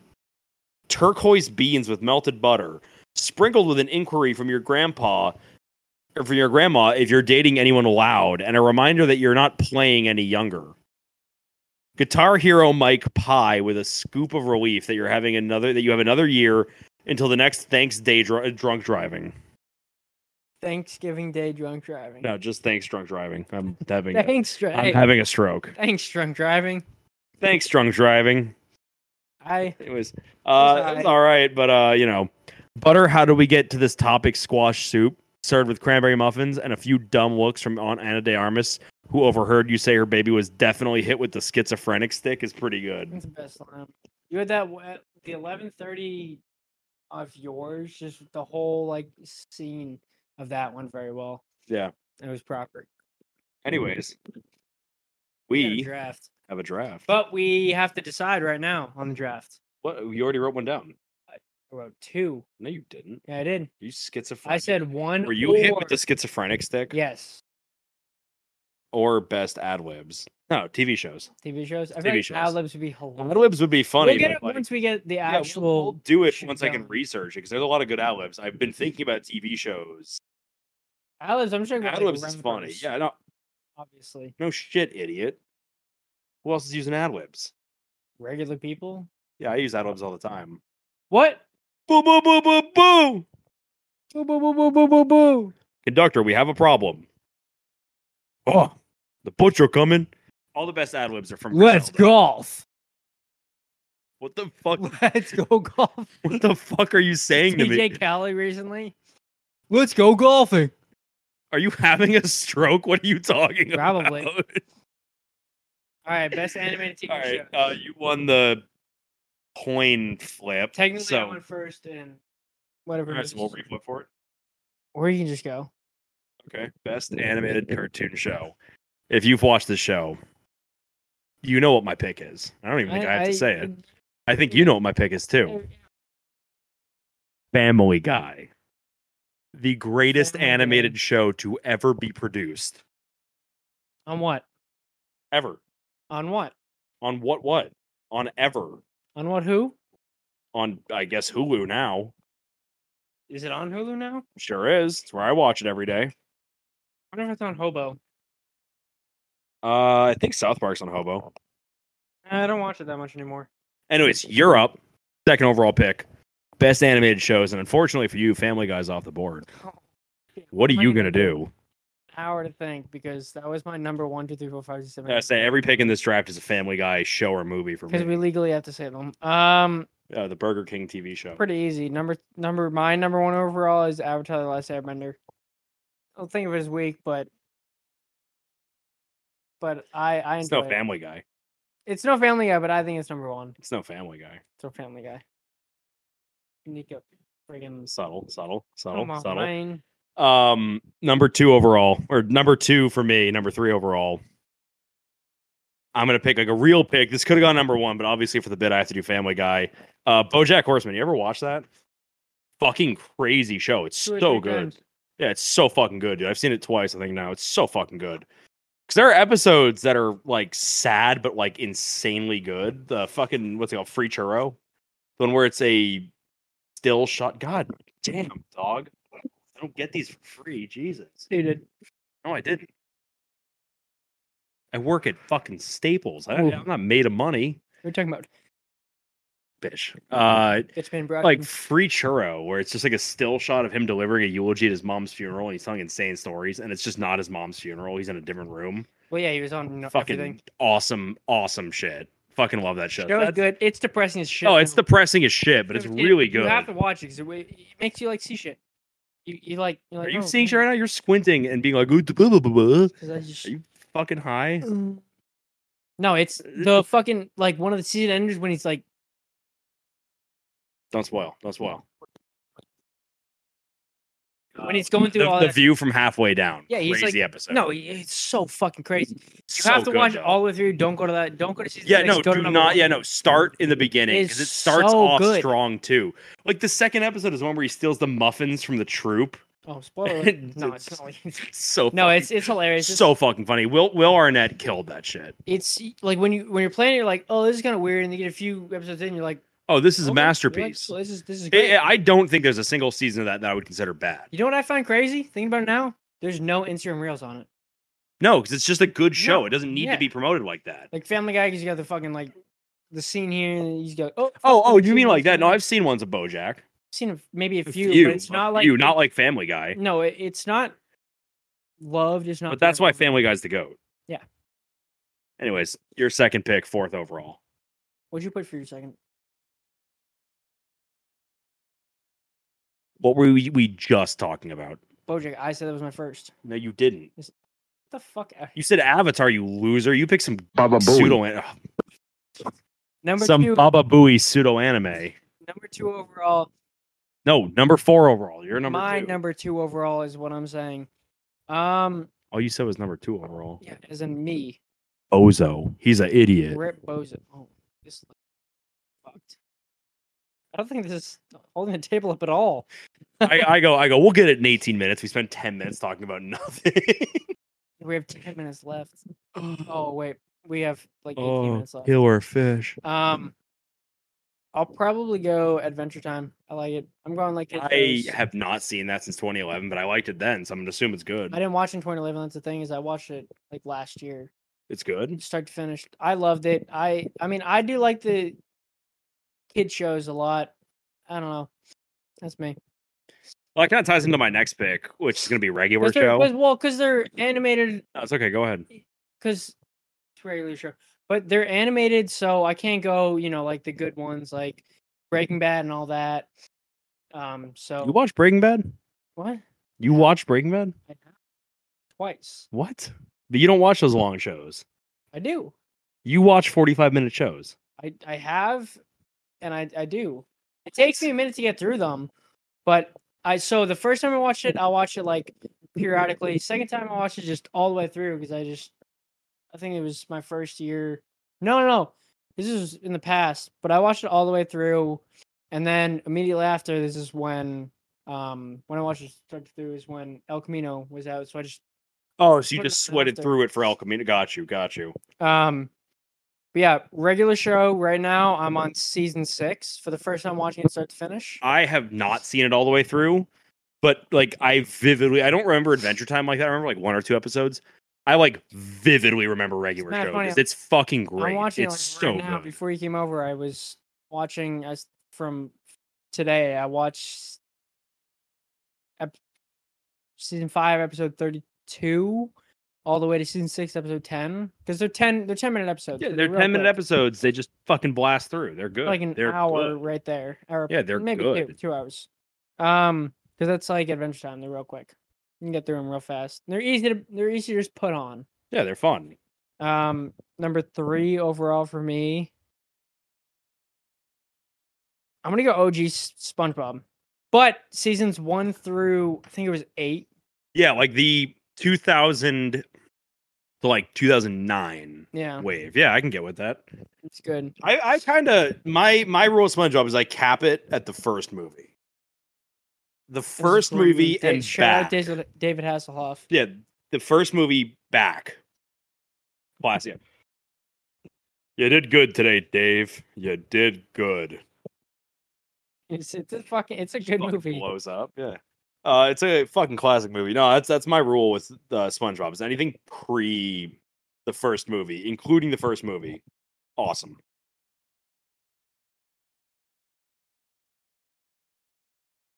turquoise beans with melted butter sprinkled with an inquiry from your grandpa from your grandma if you're dating anyone loud, and a reminder that you're not playing any younger. Guitar Hero Mike Pie with a scoop of relief that you're having another that you have another year until the next Thanks Day dr- drunk driving. Thanksgiving Day drunk driving. No, just thanks drunk driving. I'm having a, Thanks, dri- I'm hey, having a stroke. thanks, drunk driving. Thanks drunk driving. I It was uh it was all right, but uh you know, butter how do we get to this topic squash soup served with cranberry muffins and a few dumb looks from Aunt Anna De Armas who overheard you say her baby was definitely hit with the schizophrenic stick is pretty good. That's the best line. You had that w- at the eleven thirty of yours, just the whole like scene of that one very well. Yeah. It was proper. Anyways, We got a we draft, have a draft. but we have to decide right now on the draft. What you already wrote one down? I wrote two. No, you didn't. Yeah, I did. You schizophrenic. I said one. Were you hit with or- the schizophrenic stick? Yes, Or best ad libs? No, TV shows. TV shows. I TV feel like shows. ad libs would be hilarious. Ad libs would be funny. We'll get it but, like, once we get the yeah, we'll- actual. we'll do it shit once I can down. research it because there's a lot of good ad libs. I've been thinking about TV shows. ad libs. I'm sure. Ad libs is funny. Yeah, no, obviously. no shit, idiot. Who else is using ad libs? Regular people. Yeah, I use ad libs all the time. What? Boo, boo, boo, boo, boo. Boo boo boo boo boo boo boo. Conductor, we have a problem. Oh, the butcher coming. All the best ad libs are from. Let's Griselda. golf. What the fuck? Let's go golf. What the fuck are you saying to me? DJ Cali recently. Let's go golfing. Are you having a stroke? What are you talking Probably. about? All right, best animated TV All right, show. uh, you won the coin flip. Technically, so, I went first and whatever. all it right, so we'll is. reflip for it. or you can just go. Okay, best animated cartoon show. If you've watched this show, you know what my pick is. I don't even think I, have to say it. I think you know what my pick is too. Family Guy, the greatest Family Guy. animated show to ever be produced, On what? ever. On what? On what? What? On ever. On what? Who? On I guess Hulu now. Is it on Hulu now? Sure is. It's where I watch it every day. I wonder if it's on Hobo. Uh, I think South Park's on Hobo. I don't watch it that much anymore. Anyways, Europe, second overall pick, best animated shows, and unfortunately for you, Family Guy's off the board. What are you gonna do? Hour to think because that was my number one, two, three, four, five, six, seven. I say every pick in this draft is a Family Guy show or movie for because me. we legally have to say them. Um, Uh, the Burger King TV show. pretty easy. Number number my number one overall is Avatar: The Last Airbender. I don't think of it as weak, but but I I It's enjoy no it. Family Guy. It's no Family Guy, but I think it's number one. It's no Family Guy. It's no Family Guy. Nico, friggin' Subtle, subtle, subtle, come on, subtle. Ryan. Um, number two overall, or number two for me, number three overall. I'm gonna pick like a real pick. This could have gone number one, but obviously for the bid, I have to do Family Guy. Uh, BoJack Horseman. You ever watch that? Fucking crazy show. It's Two or so three good. times. Yeah, it's so fucking good, dude. I've seen it twice. I think now it's so fucking good. Because there are episodes that are like sad, but like insanely good. The fucking what's it called, free churro, the one where it's a still shot. God damn, dog! I don't get these for free. Jesus, Dude, no, I didn't. I work at fucking Staples. I, Ooh. I'm not made of money, we're talking about bitch. Uh, it's been brought like free churro where it's just like a still shot of him delivering a eulogy at his mom's funeral and he's telling insane stories and it's just not his mom's funeral he's in a different room Well, yeah, he was on no- fucking everything. awesome awesome shit fucking love that show That was That's- good. It's depressing as shit. oh it's though. depressing as shit but it's It- really good You have to watch it because it, wa- it makes you like see shit. You, you like you're like are you oh, seeing shit right damn, now you're squinting and being like "Ooh, blah, blah, blah, blah." 'cause I just- Are you fucking high No, it's Uh, the fucking like one of the season enders when he's like, don't spoil don't spoil When he's going through the, all the that- view from halfway down Yeah, he's crazy like- episode no, he- it's so fucking crazy. You So have to good, watch though. all the way through. Don't go to that. Don't go to season. Yeah, six, no, go to do number not. one. Yeah, no, start in the beginning It's because it starts so off good. strong too. Like the second episode is one where he steals the muffins from the troop. Oh, spoiler! alert. no, it's not. like- so No, fucking- it's it's hilarious. It's, so fucking funny. Will Will Arnett killed that shit. it's like when you when you're playing, it, you're like, oh, this is kind of weird, and you get a few episodes in, you're like, Oh, this is a "Okay, you're like, masterpiece. "Well, this is this is I- great. I I don't think there's a single season of that that I would consider bad. you know what I find crazy? Thinking about it now, There's no Instagram reels on it. No, because it's just a good show. It doesn't need yeah. to be promoted like that. Like Family Guy, he's got the fucking like the scene here, and he's got oh Oh, oh, fucking you scene, mean like that? No, scene. I've seen ones of BoJack. seen a- maybe a A few, few, but it's a not like few, not like Family Guy. no, it, it's not loved. It's not. But that's why beloved. Family Guy's the goat. Yeah. Anyways, your second pick, fourth overall. What'd you put for your second? What were we, we just talking about? BoJack. I said that was my first. No, you didn't. What the fuck? Uh, You said Avatar, you loser. You picked some Baba pseudo an- Number some two. Baba Booey pseudo anime. number two overall. No, number four overall. You're number my two. number two overall is what I'm saying. Um, All you said was number two overall. yeah, as in me, Ozo. He's an idiot. Rip Bozo. Oh, this li- fucked. I don't think this is holding the table up at all. I, I go, I go, we'll get it in 18 minutes. We spent 10 minutes talking about nothing. We have ten minutes left. Oh wait, we have like 18 oh, minutes left. killer fish. Um, I'll probably go Adventure Time. I like it. I'm going like it I goes. have not seen that since 2011, but I liked it then, so I'm gonna assume it's good. I didn't watch in 2011. That's the thing is I watched it like last year, It's good. start to finish. I loved it. I I mean I do like the kid shows a lot. I don't know. That's me. Well, that kind of ties into my next pick, which is gonna be regular 'Cause they're- show. 'cause- well, because they're animated. That's okay. Go ahead. Because it's regular show, but they're animated, so I can't go. You know, like the good ones, like Breaking Bad and all that. Um. So You watch Breaking Bad? what? You watch Breaking Bad? I have twice. What? But you don't watch those long shows. I do. You watch 45 minute shows. I I have, and I I do. It takes me a minute to get through them, but I so the first time I watched it, I watched it like periodically. Second time I watched it just all the way through because I just I think it was my first year. No, no, no. This is in the past, but I watched it all the way through, and then immediately after, this is when um when I watched it start to through is when El Camino was out. So I just Oh, so you Put it just on sweated after. through it for El Camino. Got you. Got you. Um, but yeah, regular show right now. I'm on season six for the first time watching it start to finish. I have not seen it all the way through, but like I vividly, I don't remember Adventure Time like that. I remember like one or two episodes. I like vividly remember regular kinda show funny. because it's fucking great. I'm watching it's it like, right so now. good. Before you came over, I was watching as from today. I watched ep- season five, episode thirty-two, all the way to season six, episode ten. Because they're ten, they're ten-minute episodes. Yeah, so they're real ten minute quick. episodes. They just fucking blast through. They're good. like an they're hour good. right there. Or Yeah, they're maybe Two, good. two hours. Um, because that's like Adventure Time. They're real quick. You can get through them real fast. They're easy to they're easy to just put on. Yeah, they're fun. Um, number three overall for me. I'm gonna go OG S- SpongeBob, but seasons one through I think it was eight. Yeah, like the 2000 to like 2009 Yeah, wave. Yeah, I can get with that. it's good. I, I kind of my my rule of SpongeBob is I cap it at the first movie. The This is first great. movie Da- and shout out back. David David Hasselhoff. Yeah, the first movie back. Classic. You did good today, Dave. You did good. It's it's a fucking it's a good fucking movie. blows up. Yeah, uh, it's a fucking classic movie. No, that's that's my rule with uh, SpongeBob. Is anything pre the first movie, including the first movie, awesome.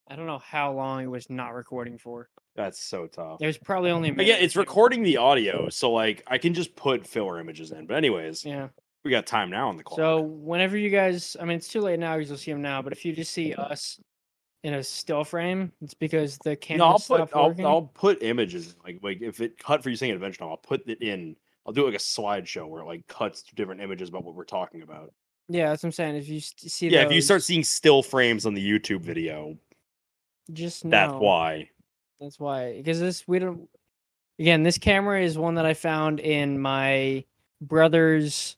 I don't know how long it was not recording for. That's so tough. It was probably only a But minute yeah, or it's two. recording the audio, so like I can just put filler images in. But anyways, Yeah. we got time now on the clock. So whenever you guys, I mean, it's too late now because you'll see them now. But if you just see us in a still frame, it's because the camera no, I'll put stopped I'll, working. I'll put images like like if it cut for you saying adventure, I'll put it in. I'll do like a slideshow where it like cuts to different images about what we're talking about. Yeah, that's what I'm saying. If you s- see, Yeah, if you start those, seeing still frames on the YouTube video, just that's know. why. That's why. Because this we don't. Again, this camera is one that I found in my brother's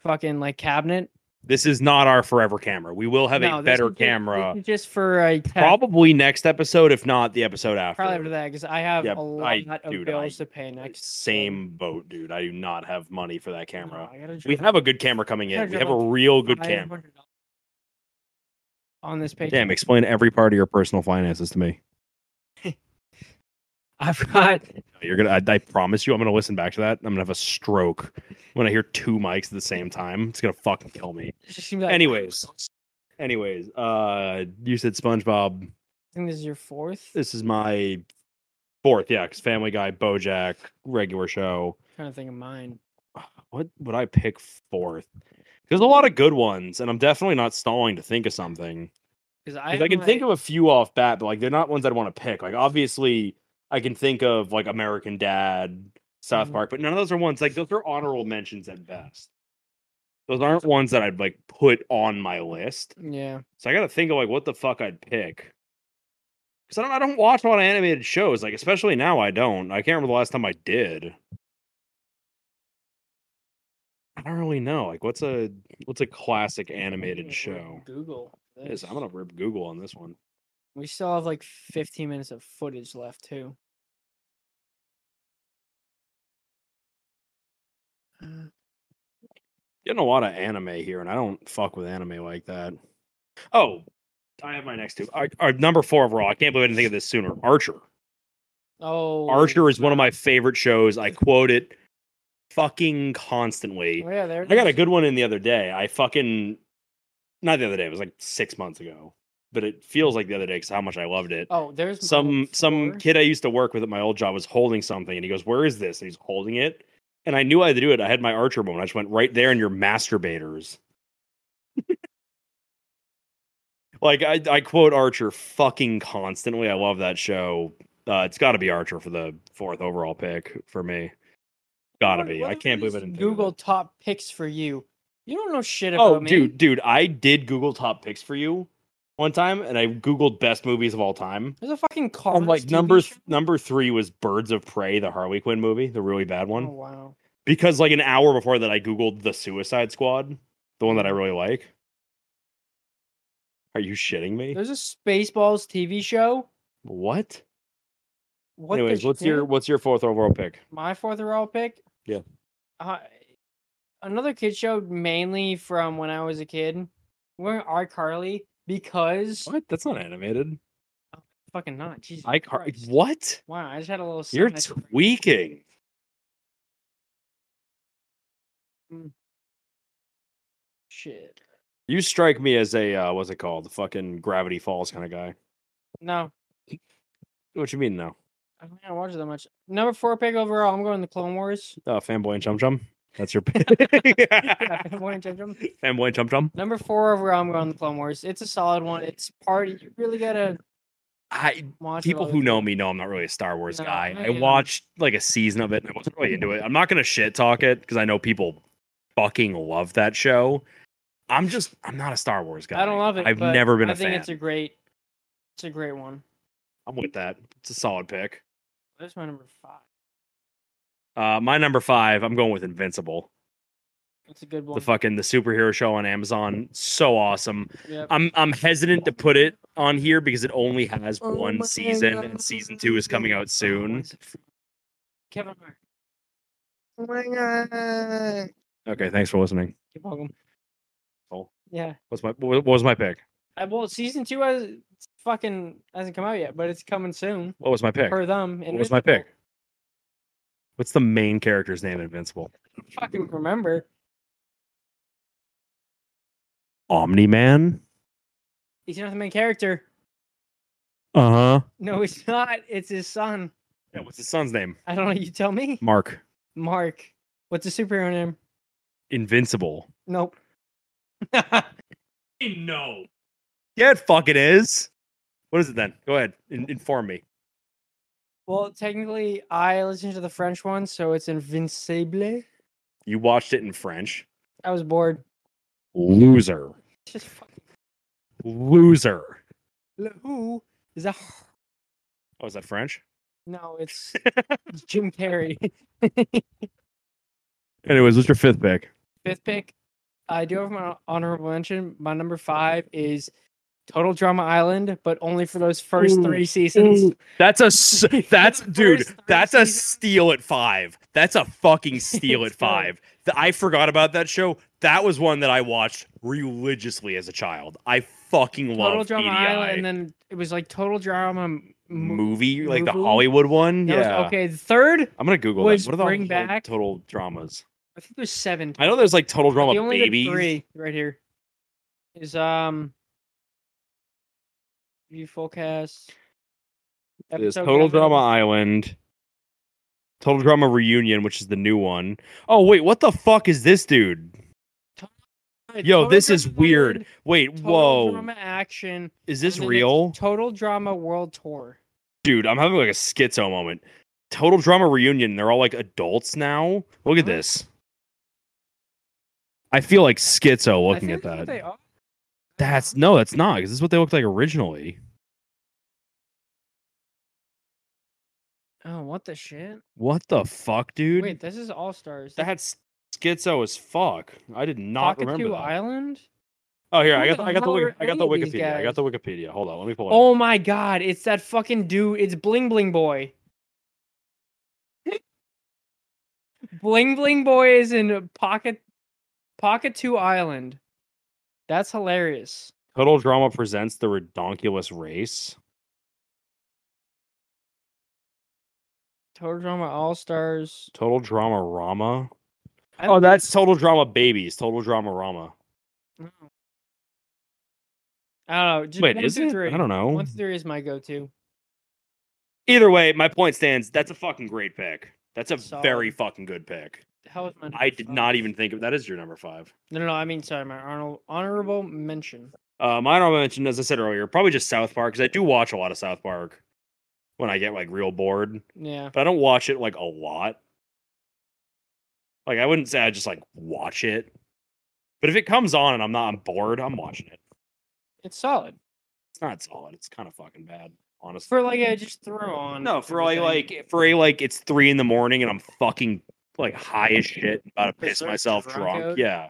fucking like cabinet. This is not our forever camera. We will have No, a this better is ju- this camera. is just for a test, Probably next episode, if not the episode after. probably after that because I have Yeah, a lot I- of dude, bills I- to pay next. so- Same boat, dude. I do not have money for that No, camera. I gotta We drop- have a good camera coming gotta in. We drop have a like real good five camera. hundred dollars on this page. Damn, explain every part of your personal finances to me. I've got You're gonna. I, I promise you, I'm gonna listen back to that. I'm gonna have a stroke when I hear two mics at the same time. It's gonna fucking kill me. it's just gonna be like, Anyways, anyways, uh, you said SpongeBob. I think this is your fourth. This is my fourth, yeah, because Family Guy, BoJack, regular show. trying to think of mine. What would I pick fourth? There's a lot of good ones, and I'm definitely not stalling to think of something. Because I, 'Cause I, have can think my- of a few off bat, but like they're not ones I'd want to pick. Like obviously, I can think of like American Dad, South Mhm. Park, but none of those are ones like those are honorable mentions at best. Those aren't ones that I'd like put on my list. yeah. So I got to think of like what the fuck I'd pick. Cause I don't, I don't watch a lot of animated shows. Like especially now, I don't. I can't remember the last time I did. I don't really know. Like what's a what's a classic I'm animated gonna show? rip Google. Yes, this. I'm gonna rip Google on this one. We still have like 15 minutes of footage left too. Uh, Getting a lot of anime here, and I don't fuck with anime like that. Oh, I have my next two. Our, our number four overall. I can't believe I didn't think of this sooner. Archer. Oh, Archer is one of wow. my favorite shows. I quote it fucking constantly. Oh, yeah, there. it I got a is. good one in the other day. I fucking not the other day. It was like six months ago, but it feels like the other day because how much I loved it. Oh, there's my some some four. kid I used to work with at my old job was holding something, and he goes, "Where is this?" And he's holding it, and I knew I had to do it. I had my Archer moment. I just went right there in your masturbators. like I, I quote Archer fucking constantly. I love that show. Uh, it's got to be Archer for the fourth overall pick for me. Gotta What- be. what I if we can't believe I just didn't. think of Google that. top picks for you. You don't know shit about Oh, me. dude, dude, I did Google top picks for you one time, and I googled best movies of all time. There's a fucking car. And like number th- number three was Birds of Prey, the Harley Quinn movie, the really bad Oh, one. wow. Because like an hour before that, I googled the Suicide Squad, the one that I really like. Are you shitting me? There's a Spaceballs TV show. What? What the Anyways, what's your shit? what's your fourth overall pick? my fourth overall pick? Yeah. Uh, another kid show mainly from when I was a kid. We're iCarly because What? That's not animated. fucking not. Jesus. I car. Christ. What? Wow, I just had a little. You're side- tweaking. Shit. You strike me as a uh, what's it called? The fucking Gravity Falls kind of guy. No, What you mean? No. I don't watch it that much. Number four pick overall. I'm going the Clone Wars. Oh, fanboy and chum chum. That's your pick. Yeah, Fanboy and Chum Chum. fanboy and chum chum. Number four overall. I'm going the Clone Wars. It's a solid one. It's party. You really gotta I watch. it people all who the- know me know I'm not really a Star Wars No, guy. I I am. watched like a season of it and I wasn't really into it. I'm not gonna shit talk it because I know people fucking love that show. I'm just I'm not a Star Wars guy. I don't love it. I've but never been I a think fan. it's a great. It's a great one. I'm with that. It's a solid pick. That's my number five. Uh, my number five, I'm going with Invincible. That's a good one. The fucking the superhero show on Amazon. So awesome. Yep. I'm I'm hesitant to put it on here because it only has Oh one season and season two is coming out soon. Kevin Hart. Okay, thanks for listening. You're welcome. Oh. Yeah. What's my what was my pick? I, well, season two has fucking hasn't come out yet, but it's coming soon What was my pick? for them. And What was my pick? What's the main character's name in Invincible? Fucking remember, Omni Man. he's not the main character. Uh huh. No, he's not. It's his son. Yeah, what's his son's name? I don't know. You tell me. Mark. Mark. What's the superhero name? Invincible. Nope. No. Yeah, it fucking is. What is it then? Go ahead. In- inform me. well, technically, I listened to the French one, so it's Invincible. You watched it in French. I was bored. Loser. Just fucking. Loser. Le Who is a Oh, is that French? no? It's Jim Carrey. Anyways, what's your fifth pick? Fifth pick, I do have my honorable mention. My number five is Total Drama Island, but only for those first Ooh, three seasons. That's a s- that's the dude. first three That's a seasons. steal at five. That's a fucking steal at It's good. five. Th- I forgot about that show. That was one that I watched religiously as a child. I fucking Total love Drama EDI. Island, and then it was like Total Drama Mo- movie, like the movie? Hollywood one. that was- yeah. okay, the third. I'm gonna Google Was that. What are the Bring whole Back- total dramas? I think there's seven. I know there's like total drama the only good babies. three right here is um. View full cast. There's episode Total coverage. Drama Island. Total Drama Reunion, which is the new one. Oh wait, what the fuck is this dude? Uh, Yo, Total this is Drama weird. Island, Wait, Total whoa. Drama action. Is this and then it's real? Total drama world tour. Dude, I'm having like a schizo moment. Total Drama Reunion, they're all like adults now. Look at Huh? this. I feel like schizo I looking at think that's what that. they are. That's no, that's not. 'cause This is what they looked like originally. Oh, what the shit? What the fuck, dude? Wait, this is All Stars. that's schizo as fuck. I did not remember. That. Island. Oh, here Who I got the the, I got the hell Wiki- are I got the any of these Wikipedia. I guys? got the Wikipedia. Hold on, let me pull it. up. Oh my god, it's that fucking dude. It's Bling Bling Boy. Bling Bling Boy is in Pocket Pocket 2 Island. That's hilarious. Total Drama presents the Redonkulous Race. Total Drama All Stars. Total Drama Rama. Oh, I don't- that's Total Drama Babies. Total Drama Rama. I don't know. Just Wait, one is through it? Three. I don't know. One through three is my go-to. Either way, my point stands. That's a fucking great pick. That's a Solid. very fucking good pick. How is my? I number did five? not even think of that is your number five. No, no, no. I mean, sorry, my honor- honorable mention. Uh, my honorable mention, as I said earlier, probably just South Park because I do watch a lot of South Park when I get like real bored, Yeah. but I don't watch it like a lot. Like I wouldn't say I just like watch it, but if it comes on and I'm not I'm bored, I'm watching it. It's solid. It's not solid. It's kind of fucking bad, honestly. For like I just throw on. no, for like everything. like for a like it's three in the morning and I'm fucking like high as shit, about to piss Berserk myself drunk drunk. out. Yeah.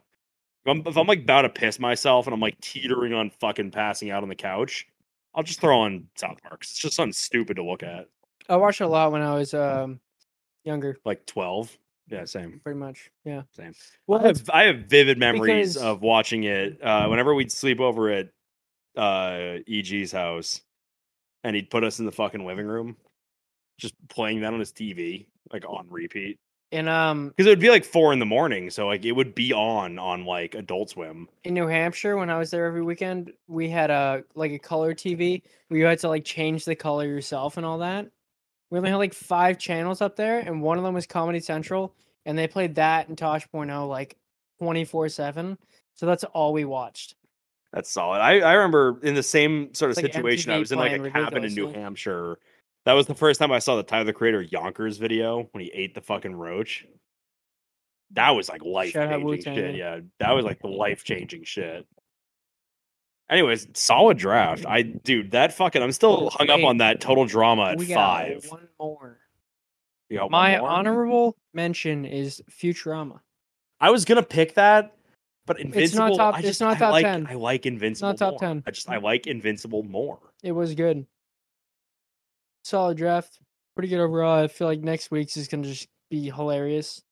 If I'm, if I'm like about to piss myself and I'm like teetering on fucking passing out on the couch, I'll just throw on South Park. 'cause It's just something stupid to look at. I watched a lot when I was um younger, Like 12. Yeah, same. pretty much. Yeah. Same. Well, I have, I have vivid memories because- of watching it uh, whenever we'd sleep over at uh, EG's house, and he'd put us in the fucking living room, just playing that on his TV, like on repeat. in um Because it would be like four in the morning, so like it would be on on like Adult Swim. in New Hampshire when I was there every weekend, we had a like a color TV where you had to like change the color yourself and all that. We only had like five channels up there, and one of them was Comedy Central, and they played that and Tosh.0 like twenty four seven. So that's all we watched. That's solid. I, I remember in the same sort of It's like situation, I MTV was in like a playing cabin in New ridiculously. Hampshire. That was the first time I saw the Tyler the Creator Yonkers video when he ate the fucking roach. That was like life changing Wu-Tang, shit. yeah. Yeah, that was like the life changing shit. Anyways, solid draft. I dude, that fucking I'm still Oh, hung up wait. on that total drama at we five. got one more. You got one My more? honorable mention is Futurama. I was gonna pick that, but Invincible. top- I it's just, not I top like, 10. I like Invincible. top more. 10. I just I like Invincible more. It was good. Solid draft. Pretty good overall. I feel like next week's is gonna just be hilarious.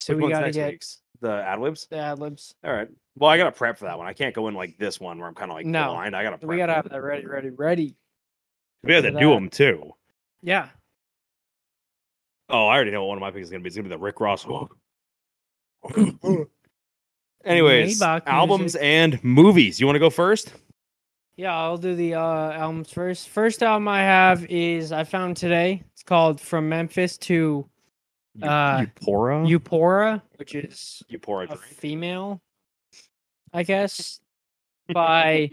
So Which we one's gotta next get week's? the ad libs. the ad libs. All right. Well, I gotta prep for that one. I can't go in like this one where I'm kind of like No. blind. I gotta. Prep We gotta for have it. that ready, ready, ready. We have for to do that. them too. Yeah. Oh, I already know what one of my picks is gonna be. It's gonna be the Rick Ross. Anyways, Maybach albums music. and movies. You want to go first? Yeah, I'll do the uh albums first. First album I have is I found today. It's called From Memphis to You- Uh, Eupora. Eupora, which is Eupora. a drink. female, I guess, by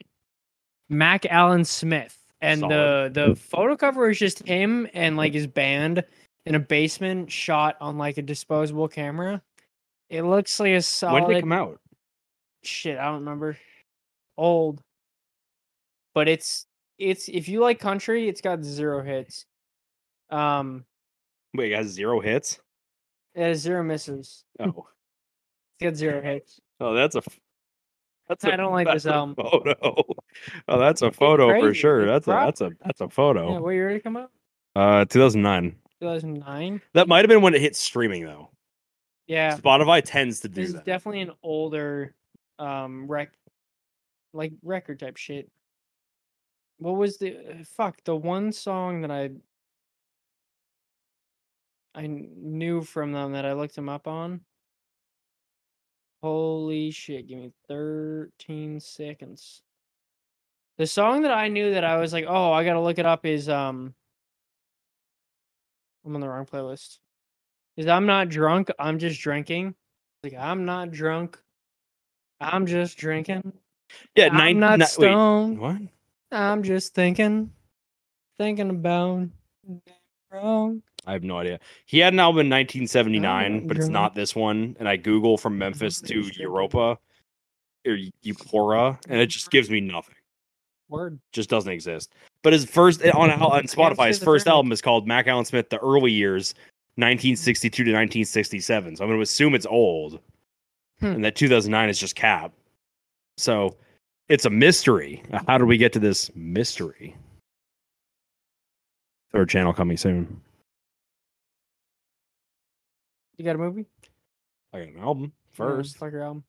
Mac Allen Smith. And Solid. the the photo cover is just him and like his band in a basement shot on like a disposable camera. It looks like a When did they solid come out? shit, I don't remember. Old. But it's it's if you like country, it's got zero hits. Um Wait, it has zero hits. it has zero misses. Oh. It's got zero hits. Oh, that's a. f- That's I don't like that's this a album. Photo. Oh, that's a photo for crazy. sure. It's That's a that's a that's a photo. Yeah, what year did it come out? Uh, 2009. 2009? That might have been when it hit streaming though. Yeah. Spotify tends to do This is that. definitely an older um rec like record type shit. what was the uh, fuck the one song that I I kn- knew from them that I looked them up on? Holy shit! Give me thirteen seconds. The song that I knew that I was like, oh, I gotta look it up is um. I'm on the wrong playlist. Is I'm not drunk. I'm just drinking. Like I'm not drunk. I'm just drinking. Yeah, I'm not ni- wait, stoned. what? I'm just thinking, thinking about wrong. I have no idea. He had an album in 1979, Oh, but it's you're- not this one. And I Google from Memphis to Europa or Eupora, and it just gives me nothing. Word. Just doesn't exist. But his first on on Spotify, his see the first brand. album is called Mac Allen Smith: The Early Years, 1962 to 1967. So I'm going to assume it's old, Hmm. and that 2009 is just Cap. So it's a mystery. How did we get to this mystery? Third channel coming soon. You got a movie? I got an album Or first. fuck your album.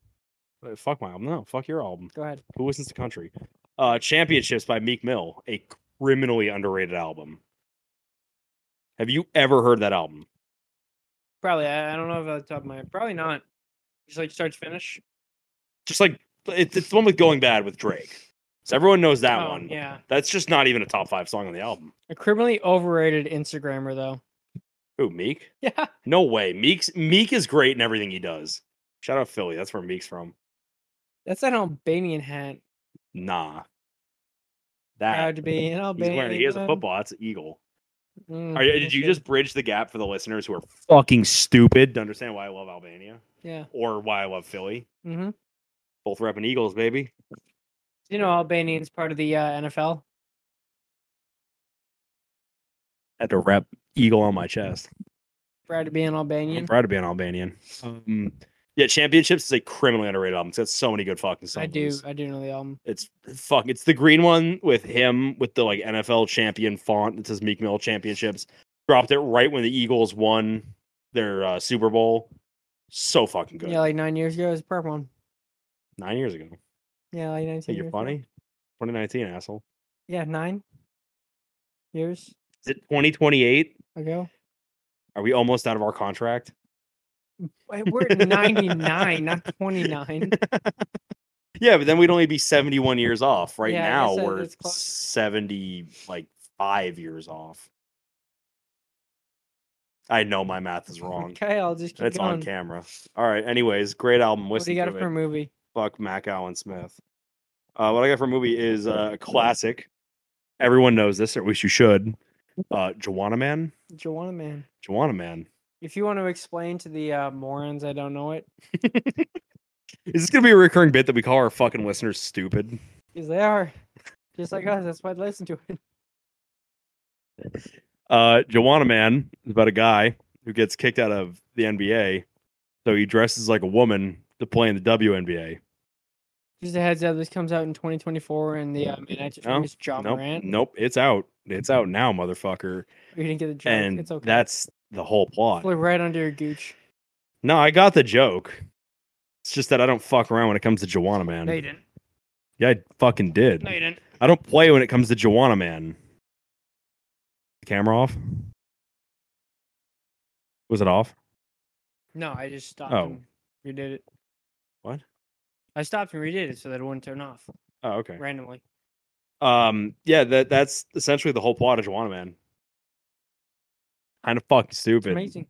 Uh, Fuck my album. No, fuck your album. Go ahead. Who listens to country? Uh, Championships by Meek Mill, a criminally underrated album. Have you ever heard that album? Probably. I, I don't know if off the top of my head. Probably not. Just like start to finish. Just like it's, it's the one with "Going Bad" with Drake. So everyone knows that Oh, one. Yeah. That's just not even a top five song on the album. A criminally overrated Instagrammer though. Who Meek? Yeah. No way. Meek's Meek is great in everything he does. Shout out Philly. That's where Meek's from. That's an Albanian hat. Nah. That Proud to be an he's Albanian. wearing. He has a football. That's an eagle. Mm, Are, you- did you bullshit. just bridge the gap for the listeners who are fucking stupid to understand why I love Albania Yeah. or why I love Philly? Mm-hmm. Both repping Eagles, baby. You know Albanian's part of the uh, NFL. Had to rep Eagle on my chest. Proud to be an Albanian. I'm proud to be an Albanian. Um, yeah, Championships is a criminally underrated album. It's got so many good fucking songs. I do. I do know the album. It's fuck. It's the green one with him with the like NFL champion font that says Meek Mill Championships. Dropped it right when the Eagles won their uh, Super Bowl. So fucking good. Yeah, like nine years ago, it was a purple one. Nine years ago. Yeah, like nineteen. Hey, years you're ago. funny. 2019, asshole. Yeah, nine years Is it 2028? ago. Are we almost out of our contract? Wait, we're at 99, not 29. Yeah, but then we'd only be 71 years off. Right Yeah, I now, guess that we're is closer. 70, like five years off. I know my math is wrong. Okay, I'll just keep It's going. on camera. All right. Anyways, great album. What do Listen you got to for a it. movie? Fuck Mac Allen Smith. Uh, what I got for a movie is uh, a classic. Everyone knows this, or at least you should. Uh, Joanna Man. Joanna Man. Joanna Man. If you want to explain to the uh, morons, I don't know it, Is this gonna be a recurring bit that we call our fucking listeners stupid? because they are just like us. That's why I listen to it. Uh, Joanna Man is about a guy who gets kicked out of the NBA, so he dresses like a woman to play in the WNBA. Just a heads up, this comes out in 2024, and the uh, Midnight No, Famous John nope, Morant. nope, it's out. It's out now, motherfucker. You didn't get the joke. And it's okay. that's the whole plot. Flew right under your gooch. No, I got the joke. It's just that I don't fuck around when it comes to Joanna Man. No, you didn't. Yeah, I fucking did. No, you didn't. I don't play when it comes to Joanna Man. The camera off? Was it off? No, I just stopped. Oh. and redid it. What? I stopped and redid it so that it wouldn't turn off Oh, okay. randomly. um yeah that that's essentially the whole plot of Juana Man. Kind of fucking It's stupid, kind amazing.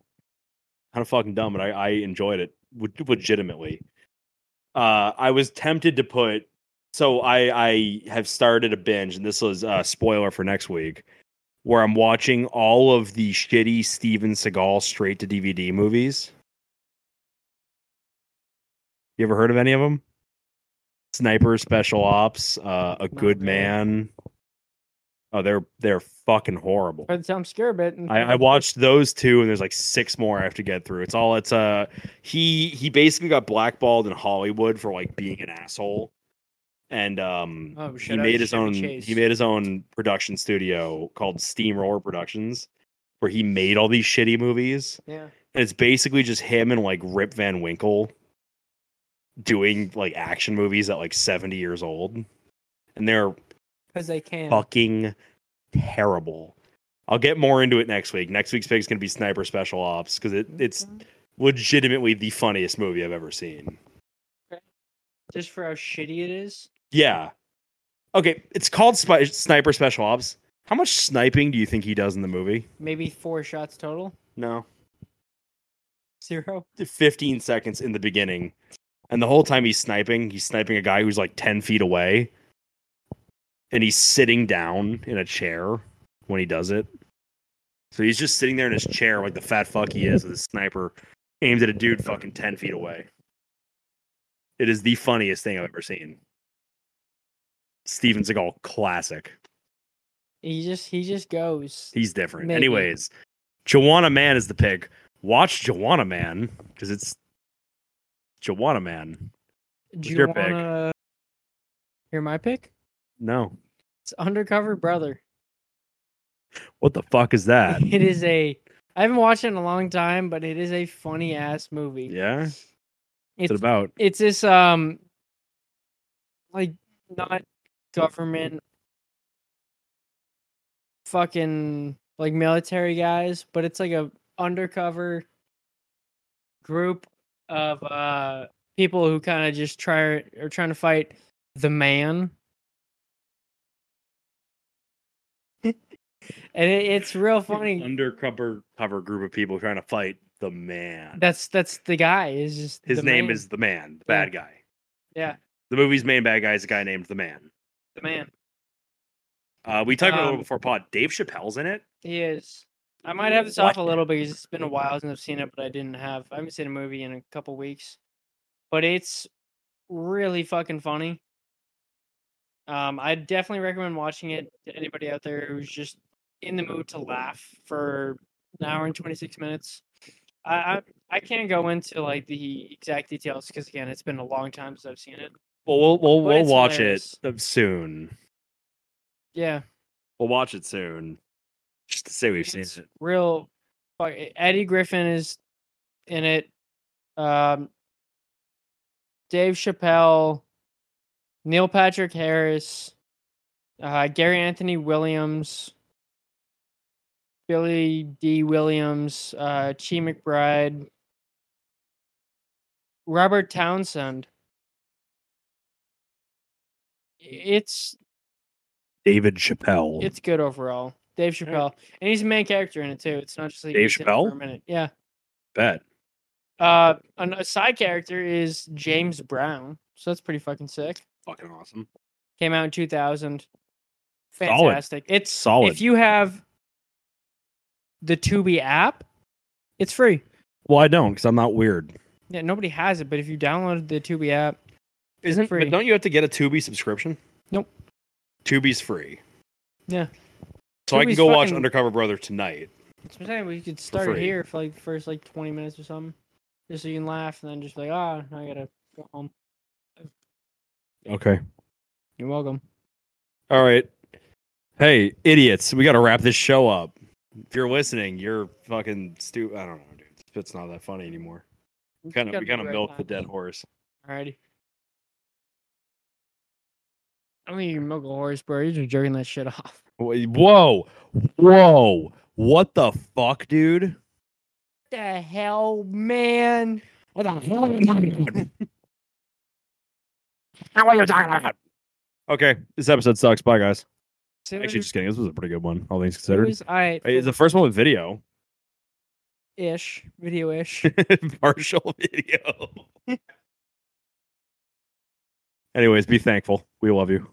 of fucking dumb, Mm-hmm. but I, I enjoyed it leg- legitimately. Uh, I was tempted to put so I I have started a binge, and this was a spoiler for next week, where I'm watching all of the shitty Steven Seagal straight to DVD movies. You ever heard of any of them? Sniper, Special Ops, uh, A Not Good really. Man. Oh, they're they're fucking horrible. But I'm scared, but I, I watched those two, and there's like six more I have to get through. It's all it's uh he he basically got blackballed in Hollywood for like being an asshole, and um Oh, he shout out made to his Chevy own Chase. he made his own production studio called Steamroller Productions, where he made all these shitty movies, Yeah. and it's basically just him and like Rip Van Winkle doing like action movies at like 70 years old, and they're because they can. fucking terrible. I'll get more into it next week. Next week's pick's gonna be Sniper Special Ops because it, it's legitimately the funniest movie I've ever seen. just for how shitty it is. Yeah. Okay, it's called Spy- Sniper Special Ops. How much sniping do you think he does in the movie? Maybe four shots total. No. Zero. 15 seconds in the beginning. And the whole time he's sniping, he's sniping a guy who's like 10 feet away. And he's sitting down in a chair when he does it. So he's just sitting there in his chair like the fat fuck he is with his sniper aimed at a dude fucking 10 feet away. It is the funniest thing I've ever seen. Steven Seagal classic. He just he just goes. He's different. Maybe. Anyways, Joanna Man is the pick. Watch Joanna Man because it's Joanna Man. Do Who's you your pick? wanna hear my pick? No. It's Undercover Brother. What the fuck is that? It is a. I haven't watched it in a long time, but it is a funny ass movie. yeah. What's It's it about? it's this um like not government fucking like military guys but it's like a undercover group of uh people who kind of just try are trying to fight the man and it, it's real funny Undercover cover group of people trying to fight the man. that's that's the guy is just His the name man, is the man, the bad guy. Yeah. The movie's main bad guy is a guy named the man. the man Uh, we talked about it a little Um, before pod. Dave Chappelle's in it. He is. I might have this off a What? little because it's been a while since I've seen it, but I didn't have. I haven't seen a movie in a couple weeks, but it's really fucking funny. Um, I definitely recommend watching it to anybody out there who's just in the mood to laugh for an hour and twenty six minutes. I I, I can't go into like the exact details because again, it's been a long time since I've seen it. Well, we'll we'll, But we'll it's watch hilarious. it soon. Yeah, We'll watch it soon. Just to say we've seen It's it. real. fuck- Eddie Griffin is in it. Um, Dave Chappelle, Neil Patrick Harris, uh, Gary Anthony Williams, Billy D. Williams, uh, Chi McBride, Robert Townsend. It's David Chappelle. it's good overall. Dave Chappelle, and he's the main character in it too. It's not just like Dave he's in it for Chappelle? a minute. Yeah. bet. Uh, an, a side character is James Brown, so that's pretty fucking sick. Fucking awesome. Came out in two thousand. Solid. Fantastic! It's Solid. If you have the Tubi app, it's free. Well, I don't because I'm not weird. Yeah, nobody has it, but if you downloaded the Tubi app, Isn't free. But don't you have to get a Tubi subscription? Nope. Tubi's free. Yeah. So I can Tubi's go watch fucking- Undercover Brother tonight. that's what I'm saying, we could start it free. here for like the first like twenty minutes or something, just so you can laugh, and then just like, ah, now I gotta go home. Okay. You're welcome. All right. Hey, idiots! We got to wrap this show up. If you're listening, you're fucking stupid. I don't know, dude. It's not that funny anymore. Kind of, we kind of milked the dead horse. Alrighty. I don't think you can milk a horse, bro. You're just jerking that shit off. Wait, Whoa, whoa! What the fuck, dude? What the hell, man? What the hell are you talking about? Okay, this episode sucks. Bye, guys. Actually, just kidding. This was a pretty good one, all things considered. I Hey, It's the first one with video, ish video ish. partial video. Anyways, be thankful. We love you.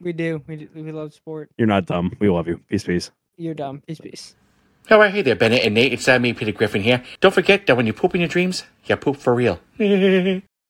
we do. We do, we love sport. You're not dumb. We love you. Peace, peace. You're dumb. Peace, peace. All right, hey there, Bennett and Nate. It's uh, me, Peter Griffin here. Don't forget that when you poop in your dreams, you poop for real.